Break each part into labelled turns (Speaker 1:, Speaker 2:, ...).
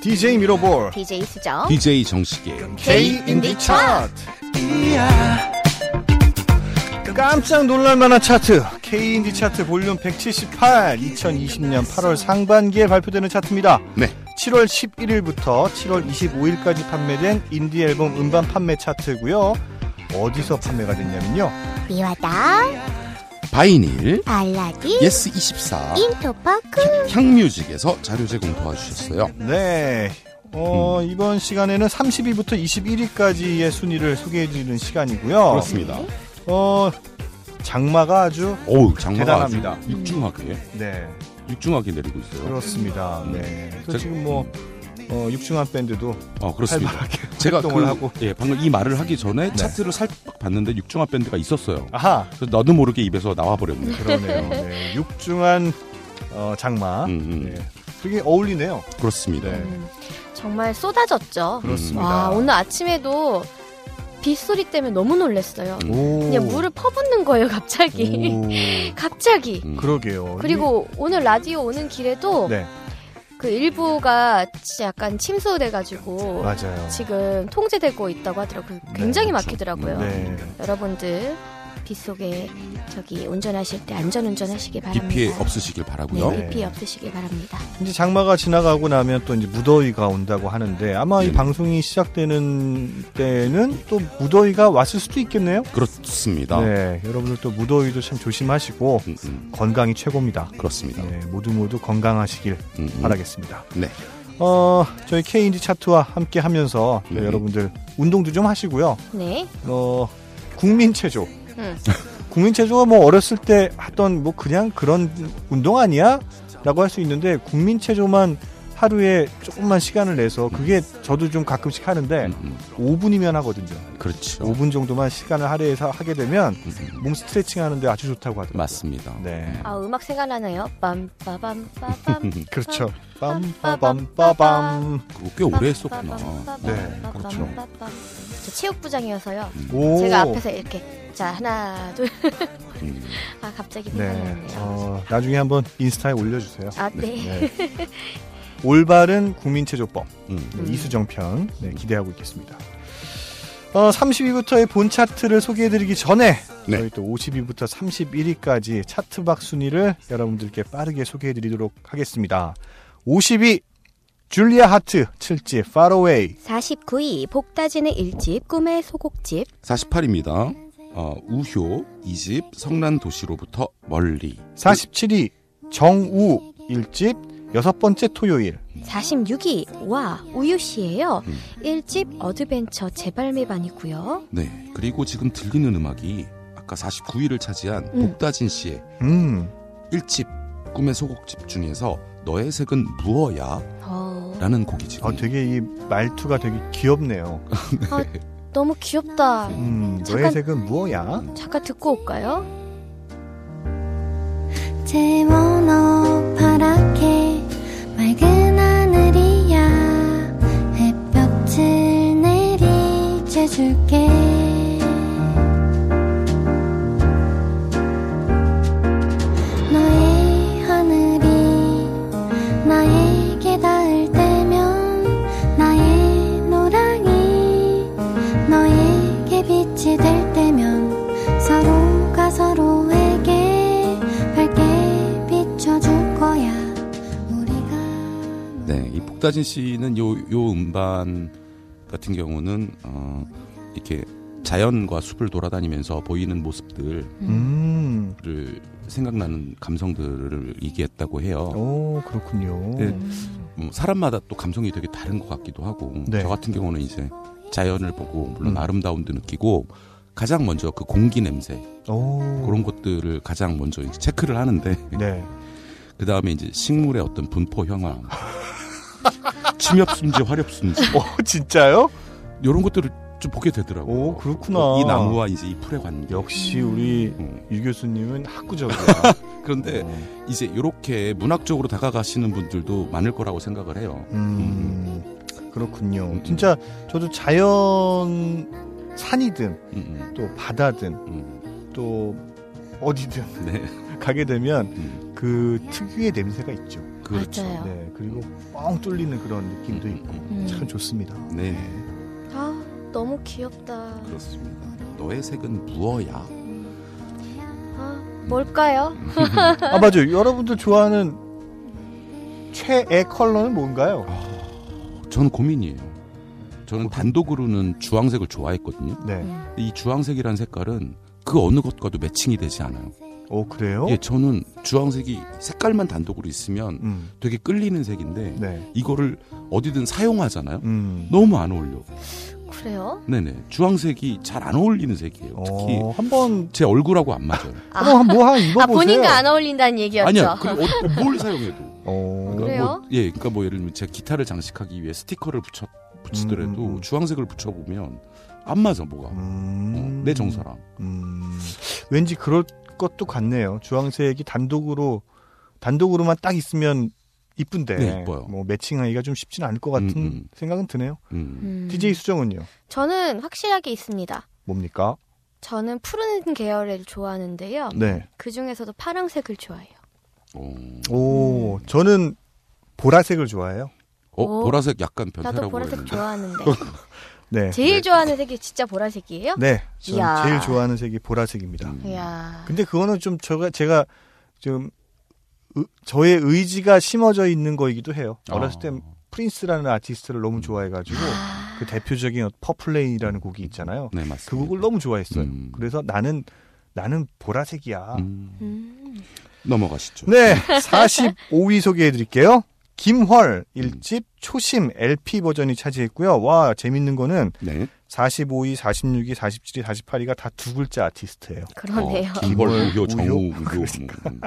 Speaker 1: DJ 미러볼
Speaker 2: DJ 수정.
Speaker 3: DJ 정식이에요.
Speaker 1: K 인디 차트 이야. 깜짝 놀랄만한 차트 K 인디 차트 볼륨 178 2020년 8월 상반기에 발표되는 차트입니다.
Speaker 3: 네.
Speaker 1: 7월 11일부터 7월 25일까지 판매된 인디 앨범 음반 판매 차트고요. 어디서 판매가 됐냐면요.
Speaker 2: 미와다,
Speaker 3: 바이닐,
Speaker 2: 발라디,
Speaker 3: 예스24,
Speaker 2: 인터파크.
Speaker 3: 향뮤직에서 자료 제공 도와주셨어요.
Speaker 1: 네. 어,
Speaker 3: 음.
Speaker 1: 이번 시간에는 30위부터 21위까지의 순위를 소개해 드리는 시간이고요.
Speaker 3: 그렇습니다.
Speaker 1: 어, 장마가 아주
Speaker 3: 어우, 장마가 아주
Speaker 1: 대단합니다.
Speaker 3: 육중하게,
Speaker 1: 네,
Speaker 3: 육중하게 내리고 있어요.
Speaker 1: 그렇습니다. 네. 그래서
Speaker 3: 자,
Speaker 1: 지금 뭐 어, 육중한 밴드도
Speaker 3: 어, 그렇습니다.
Speaker 1: 활발하게
Speaker 3: 제가
Speaker 1: 활동을
Speaker 3: 그,
Speaker 1: 하고 네.
Speaker 3: 예, 방금 이 말을 하기 전에 차트를 살짝 봤는데 육중한 밴드가 있었어요.
Speaker 1: 아하.
Speaker 3: 그래서 나도 모르게 입에서 나와버렸네요.
Speaker 1: 그러네요. 네, 육중한 어, 장마.
Speaker 3: 음, 음.
Speaker 1: 네. 되게 어울리네요.
Speaker 3: 그렇습니다.
Speaker 1: 네.
Speaker 4: 정말 음. 쏟아졌죠.
Speaker 1: 그렇습니다.
Speaker 4: 와, 오늘 아침에도 빗소리 때문에 너무 놀랐어요.
Speaker 3: 음.
Speaker 1: 오.
Speaker 4: 그냥 물을 퍼붓는 거예요, 갑자기.
Speaker 3: 오.
Speaker 4: 갑자기.
Speaker 1: 그러게요.
Speaker 4: 그리고 오늘 라디오 오는 길에도
Speaker 1: 네.
Speaker 4: 그 일부가 진짜 약간 뭐 침수돼가지고
Speaker 1: 맞아요.
Speaker 4: 지금 통제되고 있다고 하더라고요. 그
Speaker 3: 네,
Speaker 4: 굉장히
Speaker 3: 그렇죠.
Speaker 4: 막히더라고요.
Speaker 1: 네.
Speaker 4: 여러분들 빗속에 저기 운전하실 때 안전 운전하시길 바랍니다.
Speaker 3: 비 피해 없으시길 바라고요.
Speaker 4: 네,
Speaker 1: 네.
Speaker 4: 비 피해 없으시길 바랍니다.
Speaker 1: 이제 장마가 지나가고 나면 또 이제 무더위가 온다고 하는데 아마 이
Speaker 3: 음.
Speaker 1: 방송이 시작되는 때는 또 무더위가 왔을 수도 있겠네요.
Speaker 3: 그렇습니다.
Speaker 1: 네, 여러분들 또 무더위도 참 조심하시고
Speaker 3: 음, 음,
Speaker 1: 건강이 최고입니다.
Speaker 3: 그렇습니다.
Speaker 1: 네, 모두 모두 건강하시길
Speaker 3: 음, 음.
Speaker 1: 바라겠습니다.
Speaker 3: 네.
Speaker 1: 어, 저희 K인디 차트와 함께 하면서
Speaker 3: 네.
Speaker 1: 여러분들 운동도 좀 하시고요.
Speaker 4: 네.
Speaker 1: 어, 국민체조.
Speaker 4: 음.
Speaker 1: 국민체조가 뭐 어렸을 때 하던 뭐 그냥 그런 운동 아니야? 라고 할 수 있는데 국민체조만 하루에 조금만 시간을 내서 그게 저도 좀 가끔씩 하는데
Speaker 3: 음, 음.
Speaker 1: 5분이면 하거든요.
Speaker 3: 그렇죠.
Speaker 1: 5분 정도만 시간을 할애해서 하게 되면
Speaker 3: 음, 음.
Speaker 1: 몸 스트레칭 하는데 아주 좋다고 하더라고요.
Speaker 3: 맞습니다.
Speaker 1: 네.
Speaker 4: 아 음악 생각나네요. 빰빠밤빠밤.
Speaker 1: 그렇죠. 빰빠밤빠밤.
Speaker 3: 그거 꽤 오래 했었구나.
Speaker 1: 네,
Speaker 3: 그렇죠.
Speaker 4: 저 체육부장이어서요.
Speaker 1: 오.
Speaker 4: 제가 앞에서 이렇게 자 하나 둘.
Speaker 3: 음.
Speaker 4: 아 갑자기
Speaker 1: 네.
Speaker 4: 생각나네요.
Speaker 1: 어, 나중에 한번 인스타에 올려주세요.
Speaker 4: 아 네.
Speaker 1: 네. 올바른 국민체조법
Speaker 3: 음.
Speaker 1: 네, 이수정 편 네, 기대하고 있겠습니다. 어, 30위부터의 본 차트를 소개해드리기 전에
Speaker 3: 네.
Speaker 1: 저희 또 50위부터 31위까지 차트박 순위를 여러분들께 빠르게 소개해드리도록 하겠습니다. 50위 줄리아 하트 7집 Far Away
Speaker 2: 49위, 복다지는 1집, 꿈의 소곡집.
Speaker 3: 48입니다. 어, 우효, 이집, 성난 도시로부터 멀리.
Speaker 1: 47위 정우 1집 여섯 번째 토요일
Speaker 2: 46위, 와, 우유씨예요
Speaker 3: 음.
Speaker 2: 1집 어드벤처 재발매반이고요
Speaker 3: 네. 그리고 지금 들리는 음악이 아까 49위를 차지한
Speaker 2: 음.
Speaker 3: 복다진 씨의
Speaker 1: 음
Speaker 3: 1집 꿈의 소곡집 중에서 너의 색은 무엇야?
Speaker 2: 어,
Speaker 3: 라는 곡이 지금
Speaker 1: 아, 되게 이 말투가 되게 귀엽네요.
Speaker 4: 너무 귀엽다.
Speaker 1: 음, 너의
Speaker 4: 잠깐-
Speaker 1: 색은 무엇야?
Speaker 4: 잠깐 듣고 올까요?
Speaker 5: 제모노 파랗게 맑은 하늘이야 햇볕을 내리쬐줄게 너의 하늘이 나에게 닿을 때면 나의 노랑이 너에게 빛이 될 때면 서로가 서로에게 밝게 비춰줄 거야 우리가
Speaker 3: 네, 이 복다진 씨는 요, 요 음반 같은 경우는 어, 이렇게 자연과 숲을 돌아다니면서 보이는 모습들을
Speaker 1: 음,
Speaker 3: 생각나는 감성들을 얘기했다고 해요.
Speaker 1: 오 어, 그렇군요.
Speaker 3: 네. 음, 사람마다 또 감성이 되게 다른 것 같기도 하고
Speaker 1: 네.
Speaker 3: 저 같은 경우는 이제 자연을 보고 물론
Speaker 1: 음.
Speaker 3: 아름다움도 느끼고 가장 먼저 그 공기 냄새
Speaker 1: 오
Speaker 3: 그런 것들을 가장 먼저 이제 체크를 하는데
Speaker 1: 어. 네.
Speaker 3: 그 다음에 이제 식물의 어떤 분포 형황, 침엽순지 화렵순지
Speaker 1: 어 진짜요?
Speaker 3: 이런 것들을 좀 보게 되더라고요. 어,
Speaker 1: 오, 그렇구나.
Speaker 3: 이 나무와 이제 이 풀의 관계.
Speaker 1: 역시 우리
Speaker 3: 음.
Speaker 1: 유 교수님은 학구적이야.
Speaker 3: 그런데
Speaker 1: 어.
Speaker 3: 이제 이렇게 문학적으로 다가가시는 분들도 많을 거라고 생각을 해요.
Speaker 1: 음 그렇군요.
Speaker 3: 음.
Speaker 1: 진짜 저도 자연 산이든
Speaker 3: 음,
Speaker 1: 또 바다든
Speaker 3: 음,
Speaker 1: 또 어디든
Speaker 3: 음. 네.
Speaker 1: 가게 되면
Speaker 3: 음.
Speaker 1: 그 특유의 냄새가 있죠.
Speaker 3: 그렇죠.
Speaker 4: 맞아요.
Speaker 1: 네, 그리고 뻥 뚫리는 그런 느낌도 있고
Speaker 4: 음.
Speaker 1: 참 좋습니다.
Speaker 3: 네,
Speaker 4: 아 너무 귀엽다.
Speaker 3: 그렇습니다. 너의 색은 무엇야?
Speaker 4: 아 뭘까요?
Speaker 1: 아 맞아요. 여러분들 좋아하는 최애 컬러는 뭔가요?
Speaker 3: 아. 저는 고민이에요. 저는 단독으로는 주황색을 좋아했거든요.
Speaker 1: 네.
Speaker 3: 이 주황색이라는 색깔은 그 어느 것과도 매칭이 되지 않아요.
Speaker 1: 오 그래요?
Speaker 3: 예, 저는 주황색이 색깔만 단독으로 있으면
Speaker 1: 음.
Speaker 3: 되게 끌리는 색인데
Speaker 1: 네.
Speaker 3: 이거를 어디든 사용하잖아요.
Speaker 1: 음.
Speaker 3: 너무 안 어울려.
Speaker 4: 그래요?
Speaker 3: 네네. 주황색이 잘 안 어울리는 색이에요. 특히
Speaker 1: 어, 한번
Speaker 3: 제 얼굴하고 안 맞아요.
Speaker 1: 한번 뭐한 입어
Speaker 4: 아
Speaker 1: 보세요.
Speaker 4: 본인과 안 어울린다는 얘기였죠.
Speaker 3: 아니야. 그리고 어, 뭘 사용해도.
Speaker 1: 어.
Speaker 4: 그래요?
Speaker 3: 뭐, 예, 그러니까 뭐 예를 들면 제가 기타를 장식하기 위해 스티커를 붙여 붙이더라도
Speaker 1: 음, 음.
Speaker 3: 주황색을 붙여보면 안 맞아 뭐가.
Speaker 1: 음.
Speaker 3: 어, 내 정서랑.
Speaker 1: 음. 왠지 그럴 것도 같네요. 주황색이 단독으로 단독으로만 딱 있으면 이쁜데
Speaker 3: 네, 이뻐요.
Speaker 1: 뭐 매칭하기가 좀 쉽진 않을 것 같은
Speaker 3: 음, 음.
Speaker 1: 생각은 드네요.
Speaker 3: 음.
Speaker 4: 음.
Speaker 1: DJ 수정은요?
Speaker 4: 저는 확실하게 있습니다.
Speaker 1: 뭡니까?
Speaker 4: 저는 푸른 계열을 좋아하는데요.
Speaker 3: 음.
Speaker 1: 네.
Speaker 4: 그 중에서도 파랑색을 좋아해요.
Speaker 3: 어,
Speaker 1: 오, 저는 보라색을 좋아해요.
Speaker 3: 어,
Speaker 4: 오.
Speaker 3: 보라색 약간
Speaker 4: 나도
Speaker 3: 변태라고
Speaker 4: 보라색
Speaker 3: 했는데.
Speaker 4: 좋아하는데
Speaker 1: 네.
Speaker 4: 제일 좋아하는 색이 진짜 보라색이에요?
Speaker 1: 네. 저는
Speaker 4: 아, 이야.
Speaker 1: 제일 좋아하는 색이 보라색입니다.
Speaker 3: 음.
Speaker 4: 네. 이야.
Speaker 1: 근데 그거는 좀 제가 제가 좀 으- 저의 의지가 심어져 있는 거이기도 해요. 어렸을 때
Speaker 3: 아,
Speaker 1: 프린스라는 아티스트를 너무 좋아해가지고 그 대표적인 퍼플레인이라는 곡이 있잖아요.
Speaker 3: 네 맞습니다.
Speaker 1: 그 곡을 너무 좋아했어요.
Speaker 3: 음.
Speaker 1: 그래서 나는 나는 보라색이야.
Speaker 3: 음.
Speaker 4: 음.
Speaker 3: 넘어가시죠.
Speaker 1: 네, 45위 소개해 드릴게요.
Speaker 3: 음.
Speaker 1: 김헐 1집 초심 LP 버전이 차지했고요. 와, 재밌는 거는
Speaker 3: 네.
Speaker 1: 45위, 46위, 47위, 48위가 다 두 글자 아티스트예요.
Speaker 4: 그러네요.
Speaker 3: 어,
Speaker 1: 김벌,
Speaker 3: 김벌 우효 정우
Speaker 1: 우효?
Speaker 3: 우효. 음,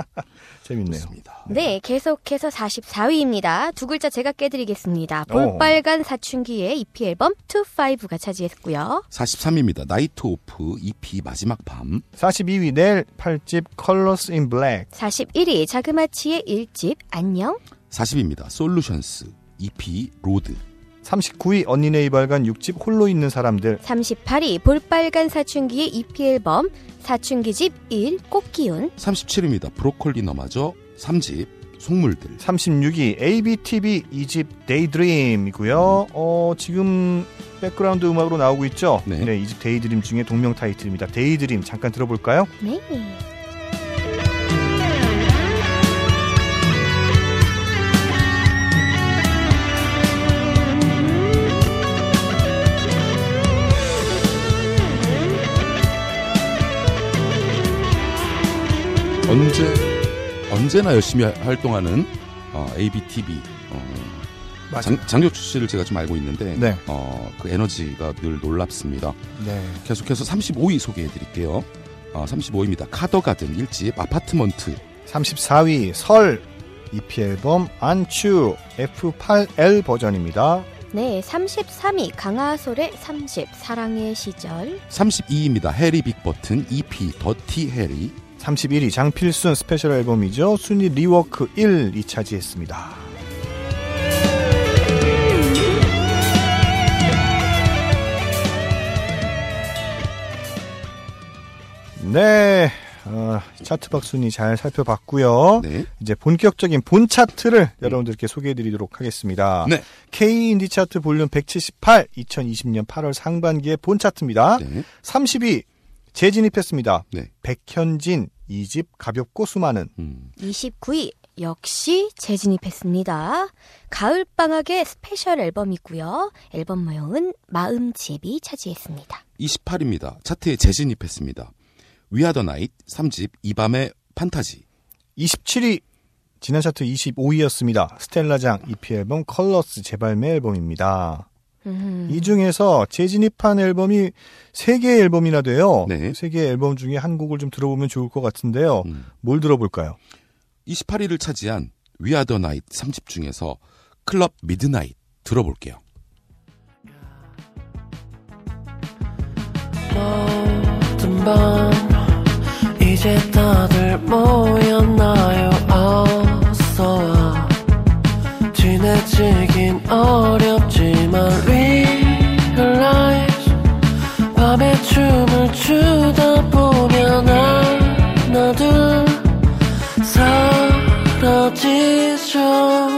Speaker 1: 재밌네요.
Speaker 3: 좋습니다.
Speaker 4: 네, 계속해서 44위입니다. 두 글자 제가 깨드리겠습니다.
Speaker 1: 어.
Speaker 4: 볼빨간 사춘기의 EP 앨범 2-5가 차지했고요.
Speaker 3: 43입니다. 나이트 오프 EP 마지막 밤.
Speaker 1: 42위 내일 8집 Colors in Black.
Speaker 4: 41위 자그마치의 1집 안녕.
Speaker 3: 40입니다. 솔루션스 EP 로드.
Speaker 1: 39위 언니네 이발관 6집 홀로 있는 사람들.
Speaker 4: 38위 볼빨간 사춘기의 EP 앨범 사춘기집 1 꽃기운.
Speaker 3: 37입니다. 브로콜리 너마저 3집 속물들.
Speaker 1: 36위 ABTV 2집 데이드림이고요. 어, 지금 백그라운드 음악으로 나오고 있죠?
Speaker 3: 네.
Speaker 1: 네 2집 데이드림 중에 동명 타이틀입니다. 데이드림 잠깐 들어볼까요?
Speaker 4: 네.
Speaker 3: 언제 언제나 열심히 하- 활동하는 어, ABTV 어, 장, 장혁주 씨를 제가 좀 알고 있는데
Speaker 1: 네.
Speaker 3: 어, 그 에너지가 늘 놀랍습니다.
Speaker 1: 네.
Speaker 3: 계속해서 35위 소개해드릴게요. 어, 35위입니다. 카더가든 1집 아파트먼트
Speaker 1: 34위 설 EP 앨범 안추 F8L 버전입니다.
Speaker 4: 네, 33위 강하솔의 30 사랑의 시절.
Speaker 3: 32위입니다. 해리 빅버튼 EP 더티 해리
Speaker 1: 31위 장필순 스페셜 앨범이죠. 순위 리워크 1, 이 차지했습니다. '네, 어, 차트박 순위 잘 살펴봤고요.
Speaker 3: 네. 음.
Speaker 1: 이제 본격적인 본 차트를 여러분들께 소개해드리도록 하겠습니다.
Speaker 3: 네.
Speaker 1: K 인디 차트 볼륨 178, 2020년 8월 상반기의 본 차트입니다.
Speaker 3: 네.
Speaker 1: 30위 재진입했습니다.
Speaker 3: 네.
Speaker 1: 백현진 2집 가볍고 수많은
Speaker 3: 음.
Speaker 4: 29위 역시 재진입했습니다. 가을 방학의 스페셜 앨범이고요. 앨범 모형은 마음집이 차지했습니다.
Speaker 3: 28입니다. 차트에 재진입했습니다. 위아더 나잇 3집 이밤의 판타지
Speaker 1: 27위 지난 차트 25위였습니다. 스텔라장 EP 앨범 컬러스 재발매 앨범입니다.
Speaker 4: 음.
Speaker 1: 이 중에서 재진입한 앨범이 3개의 앨범이나 돼요.
Speaker 3: 네.
Speaker 1: 3개의 앨범 중에 한 곡을 좀 들어보면 좋을 것 같은데요.
Speaker 3: 음.
Speaker 1: 뭘 들어볼까요?
Speaker 3: 28위를 차지한 위아더 나잇 3집 중에서 클럽 미드나잇 들어볼게요.
Speaker 6: 모든 밤 이제 다들 모였나요 어서와 친해지긴 어렵지만 Realize 밤에 춤을 추다 보면 하나 둘 사라지지
Speaker 7: 해줘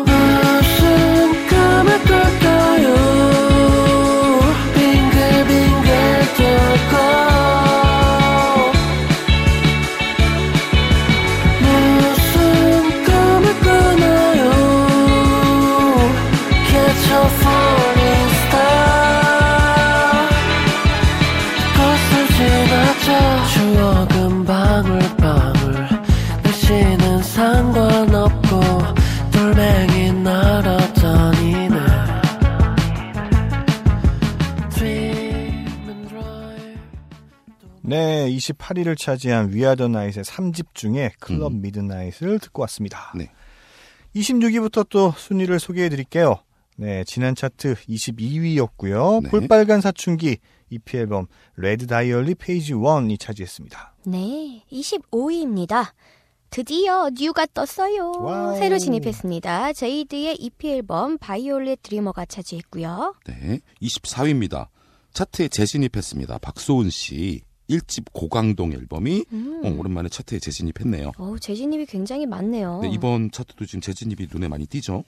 Speaker 7: 무슨 꿈을 꿀까요 빙글빙글 돌고 무슨 꿈을 꾸나요 Catch a falling star 꽃을 지나쳐 추억은 방울방울 날씨는 상관없고 돌멩이 날아다니네 Dream and drive
Speaker 1: 네, 28위를 차지한 위아더 나잇의 3집 중에 클럽 미드나잇을 듣고 왔습니다.
Speaker 3: 음. 네.
Speaker 1: 26위부터 또 순위를 소개해 드릴게요. 네, 지난 차트 22위였고요.
Speaker 3: 네.
Speaker 1: 볼빨간 사춘기 EP 앨범 레드 다이얼리 페이지 1이 차지했습니다.
Speaker 4: 네, 25위입니다. 드디어 뉴가 떴어요.
Speaker 1: 와우.
Speaker 4: 새로 진입했습니다. 제이드의 EP 앨범 바이올렛 드리머가 차지했고요.
Speaker 3: 네, 24위입니다. 차트에 재진입했습니다. 박소은 씨 1집 고강동 앨범이
Speaker 4: 음.
Speaker 3: 어, 오랜만에 차트에 재진입했네요.
Speaker 4: 어우, 재진입이 굉장히 많네요. 음,
Speaker 3: 네, 이번 차트도 지금 재진입이 눈에 많이 띄죠.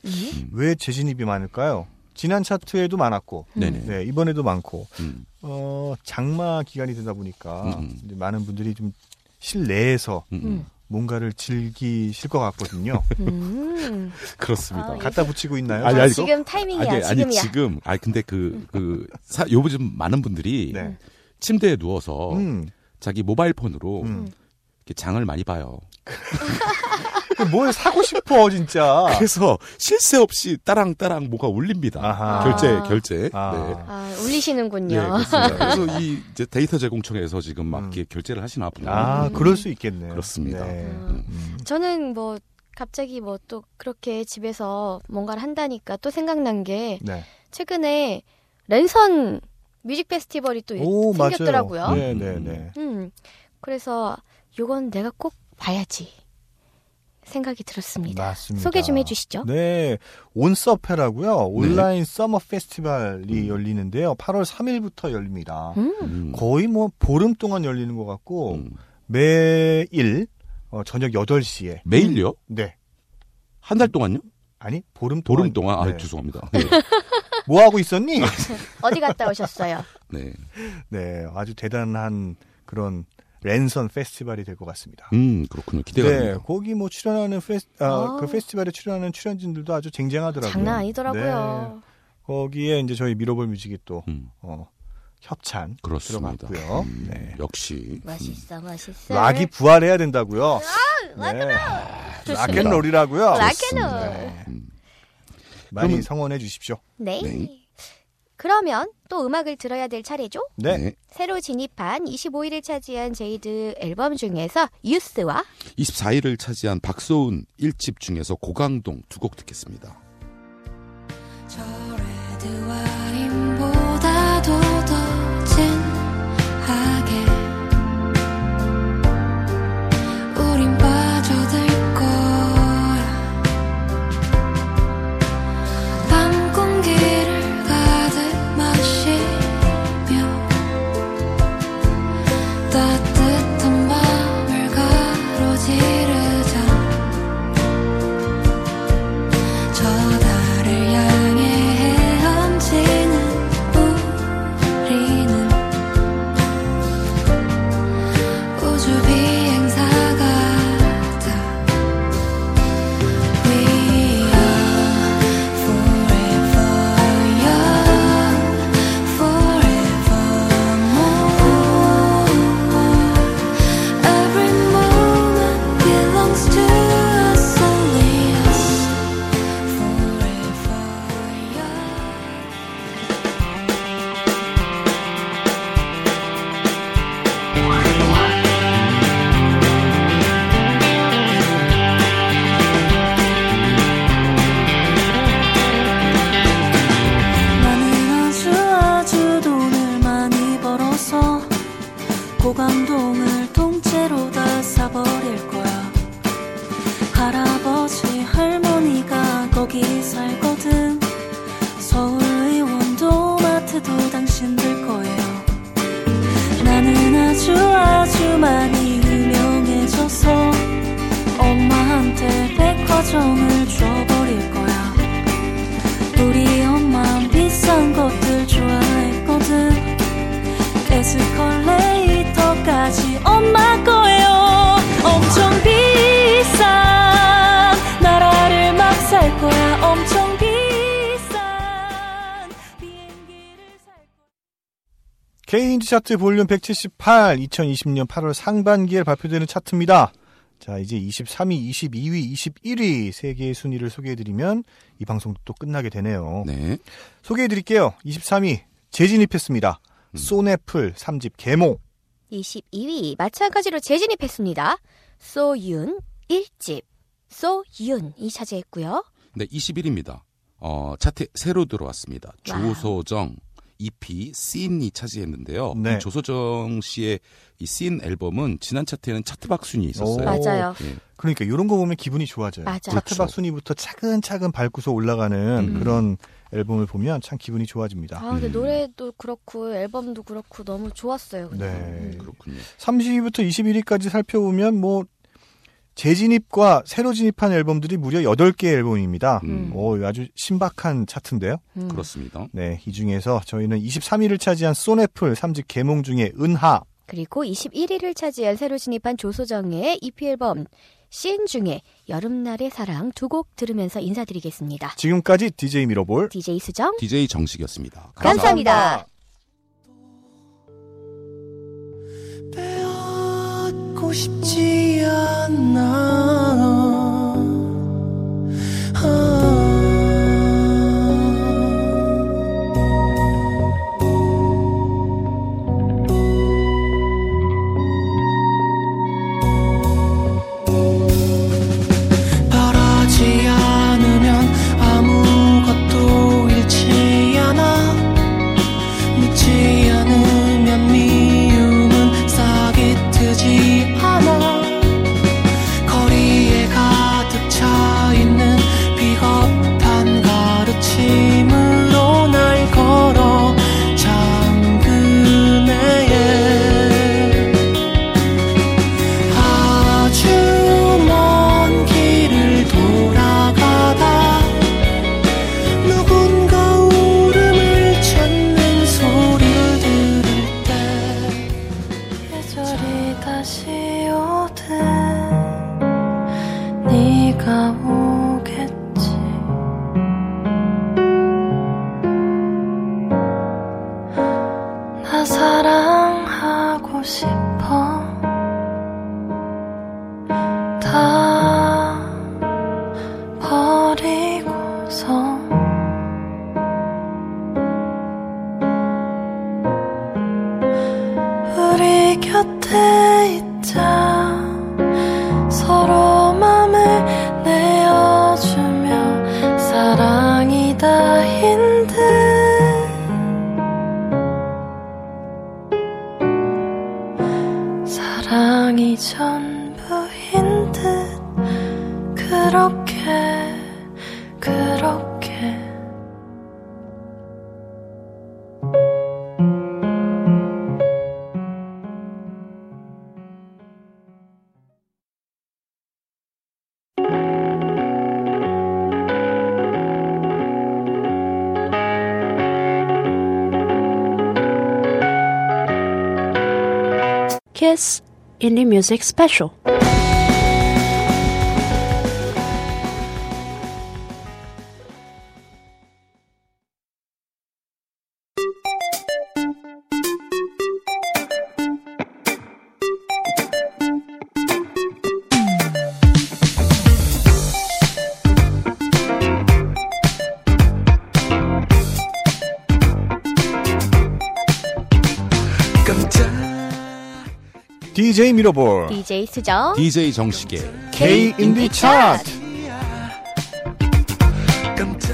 Speaker 1: 왜 재진입이 많을까요? 지난 차트에도 많았고,
Speaker 4: 음.
Speaker 3: 네네.
Speaker 1: 네, 이번에도 많고,
Speaker 3: 음,
Speaker 1: 어, 장마 기간이 되다 보니까
Speaker 3: 음.
Speaker 1: 이제 많은 분들이 좀 실내에서
Speaker 3: 음, 음.
Speaker 1: 뭔가를 즐기실 것 같거든요.
Speaker 4: 음.
Speaker 3: 그렇습니다.
Speaker 1: 갖다 붙이고 있나요?
Speaker 3: 아니,
Speaker 4: 아,
Speaker 3: 아니,
Speaker 4: 지금 타이밍이야,
Speaker 3: 아니, 아니
Speaker 4: 지금이야. 음.
Speaker 3: 지금 아 근데 그그 요즘 많은 분들이
Speaker 1: 네.
Speaker 3: 침대에 누워서
Speaker 1: 음.
Speaker 3: 자기 모바일 폰으로
Speaker 1: 음.
Speaker 3: 이렇게 장을 많이 봐요.
Speaker 1: 뭘 사고 싶어 진짜.
Speaker 3: 그래서 실세 없이 따랑따랑 뭐가 울립니다.
Speaker 1: 아하.
Speaker 3: 결제 결제.
Speaker 1: 아.
Speaker 4: 아,
Speaker 3: 네. 예,
Speaker 4: 울리시는군요.
Speaker 3: 그렇습니다. 그래서 이 이제 데이터 제공청에서 지금 막
Speaker 1: 음.
Speaker 3: 이렇게 결제를 하시나 보네요. 음.
Speaker 1: 아, 그럴 수 있겠네요.
Speaker 3: 그렇습니다.
Speaker 1: 네.
Speaker 4: 음.
Speaker 1: 음.
Speaker 4: 저는 뭐 갑자기 뭐 또 그렇게 집에서 뭔가를 한다니까 또 생각난 게
Speaker 1: 네.
Speaker 4: 최근에 랜선 뮤직 페스티벌이 또
Speaker 1: 오,
Speaker 4: 생겼더라고요.
Speaker 1: 맞아요. 네, 네, 네.
Speaker 4: 음. 그래서 요건 내가 꼭 봐야지 생각이
Speaker 3: 음.
Speaker 4: 들었습니다.
Speaker 1: 맞습니다.
Speaker 4: 음. 소개 좀 해주시죠.
Speaker 1: 네. 온서페라고요.
Speaker 3: 네.
Speaker 1: 온라인 서머 페스티벌이 열리는데요. 8월 3일부터 열립니다.
Speaker 4: 음.
Speaker 3: 음.
Speaker 1: 거의 뭐 보름 동안 열리는 것 같고
Speaker 3: 음.
Speaker 1: 매일 어, 저녁 8시에
Speaker 3: 매일요?
Speaker 1: 네.
Speaker 3: 한 달 동안요?
Speaker 1: 아니, 보름 동안.
Speaker 3: 보름 동안? 아,
Speaker 1: 네.
Speaker 3: 죄송합니다. 네.
Speaker 1: 뭐 하고 있었니?
Speaker 4: 어디 갔다 오셨어요?
Speaker 3: 네.
Speaker 1: 네. 아주 대단한 그런 랜선 페스티벌이 될 것 같습니다.
Speaker 3: 음, 그렇군요. 기대가
Speaker 1: 네,
Speaker 3: 됩니다.
Speaker 1: 거기 뭐 출연하는 페스, 아,
Speaker 4: 아.
Speaker 1: 그 페스티벌에 출연하는 출연진들도 아주 쟁쟁하더라고요.
Speaker 4: 장난 아니더라고요.
Speaker 1: 네, 거기에 이제 저희 미로볼 뮤직이 또
Speaker 3: 음,
Speaker 1: 어, 협찬
Speaker 3: 그렇습니다.
Speaker 1: 들어갔고요.
Speaker 3: 음,
Speaker 1: 네.
Speaker 3: 역시.
Speaker 4: 맛있어, 맛있어.
Speaker 1: 락이 부활해야 된다고요. 네.
Speaker 3: 좋습니다.
Speaker 1: 락앤롤이라고요.
Speaker 4: 아, 락-
Speaker 3: 그렇습니다.
Speaker 1: 네.
Speaker 3: 음,
Speaker 1: 많이
Speaker 3: 그러면-
Speaker 1: 성원해 주십시오.
Speaker 4: 네.
Speaker 3: 네.
Speaker 4: 그러면 또 음악을 들어야 될 차례죠?
Speaker 1: 네.
Speaker 4: 새로 진입한 25일을 차지한 제이드 앨범 중에서 유스와
Speaker 3: 24일을 차지한 박소은 1집 중에서 고강동 두 곡 듣겠습니다.
Speaker 5: 저 레드와인보다도 더 진하게 우린 빠져들 거야 밤 공기를 가득 마시며 따뜻한 밤을 가로지르자 저 달을 향해 헤엄치는 우리는 우주 비행사 같아 We are forever young, forever more. Every moment belongs to us, only us.
Speaker 7: 나는 아주 아주 돈을 많이 벌어서 고감동을 통째로 다 사버릴 거야 할아버지 할머니가 거기 살거든 서울의원도 마트도 당신들 거예요 나는 아주 아주 많이 유명해져서 엄마한테 백화점을 줘버릴
Speaker 1: 케인즈 차트 볼륨 178, 2020년 8월 상반기에 발표되는 차트입니다. 자, 이제 23위, 22위, 21위 세 개의 순위를 소개해드리면 이 방송도 또 끝나게 되네요.
Speaker 3: 네.
Speaker 1: 소개해드릴게요. 23위 재진입했습니다.
Speaker 3: 음.
Speaker 1: 쏘네플 3집 개모.
Speaker 4: 22위 마찬가지로 재진입했습니다. 소윤 1집 소윤이 차지했고요.
Speaker 3: 네, 20일입니다. 어, 차트 새로 들어왔습니다. 조소정 EP 씬이 차지했는데요.
Speaker 1: 네.
Speaker 3: 이 조소정 씨의 이씬 앨범은 지난 차트에는 차트 박순이 있었어요.
Speaker 1: 오.
Speaker 4: 맞아요.
Speaker 3: 예.
Speaker 1: 그러니까 이런 거 보면 기분이 좋아져요.
Speaker 4: 맞아.
Speaker 1: 차트박
Speaker 3: 그렇죠.
Speaker 1: 순위부터 차근차근 밟고서 올라가는
Speaker 3: 음.
Speaker 1: 그런 앨범을 보면 참 기분이 좋아집니다.
Speaker 2: 아 근데
Speaker 3: 음.
Speaker 2: 노래도 그렇고 앨범도 그렇고 너무 좋았어요. 그냥.
Speaker 1: 네.
Speaker 3: 그렇군요.
Speaker 1: 30위부터 21위까지 살펴보면 뭐 재진입과 새로 진입한 앨범들이 무려 8개의 앨범입니다.
Speaker 3: 음.
Speaker 1: 오, 아주 신박한 차트인데요.
Speaker 2: 음.
Speaker 3: 그렇습니다.
Speaker 1: 네, 이 중에서 저희는 23위를 차지한 쏘네플 3집 개몽 중에 은하
Speaker 4: 그리고 21위를 차지한 새로 진입한 조소정의 EP 앨범 씬 중에 여름날의 사랑 두 곡 들으면서 인사드리겠습니다.
Speaker 1: 지금까지 DJ 미러볼
Speaker 4: DJ 수정
Speaker 3: DJ 정식이었습니다.
Speaker 4: 감사합니다.
Speaker 8: 빼앗고 싶지 않아 아. 바라지 않으면 아무것도 잃지 않아 묻지 않으면 미움은 싸게 트지 않아 거리에 가득 차 있는 비겁한 가르침으로 날 걸어 잠그네 아주 먼 길을 돌아가다 누군가 울음을 찾는 소리 들을 때
Speaker 6: 계절이 다시 오든 네가 오겠지 나 사랑하고 싶어 다 버리고서 우리 곁에 있자 서로 맘을 내어주며 사랑이다 힌듯 사랑이 전부인 듯 그렇게 그렇게
Speaker 9: Kiss Indie Music Special.
Speaker 1: DJ 미러볼
Speaker 4: DJ 수정
Speaker 3: DJ 정식의
Speaker 1: K 인디 차트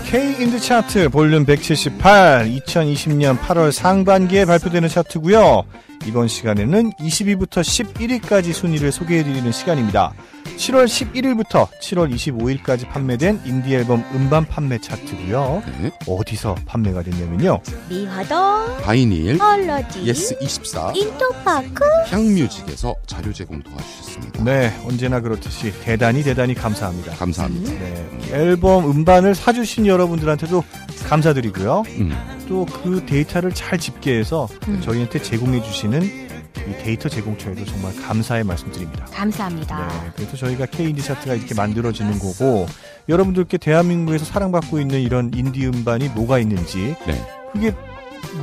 Speaker 1: K 인디 차트 볼륨 178 2020년 8월 상반기에 발표되는 차트고요. 이번 시간에는 20위부터 11위까지 순위를 소개해 드리는 시간입니다. 7월 11일부터 7월 25일까지 판매된 인디 앨범 음반 판매 차트고요.
Speaker 3: 네.
Speaker 1: 어디서 판매가 됐냐면요.
Speaker 4: 미화동
Speaker 3: 바이닐
Speaker 4: 헐러지
Speaker 3: 예스
Speaker 4: 아,
Speaker 3: 24
Speaker 4: 인터파크
Speaker 3: 향뮤직에서 자료 제공 도와주셨습니다.
Speaker 1: 네, 언제나 그렇듯이 대단히 대단히 감사합니다.
Speaker 3: 감사합니다.
Speaker 1: 네, 앨범 음반을 사주신 여러분들한테도 감사드리고요.
Speaker 3: 음.
Speaker 1: 또 그 데이터를 잘 집계해서 저희한테 제공해 주시는 이 데이터 제공처에도 정말 감사의 말씀드립니다.
Speaker 4: 감사합니다.
Speaker 1: 네, 그래서 저희가 K인디 차트가 이렇게 만들어지는 거고 여러분들께 대한민국에서 사랑받고 있는 이런 인디 음반이 뭐가 있는지
Speaker 3: 네.
Speaker 1: 그게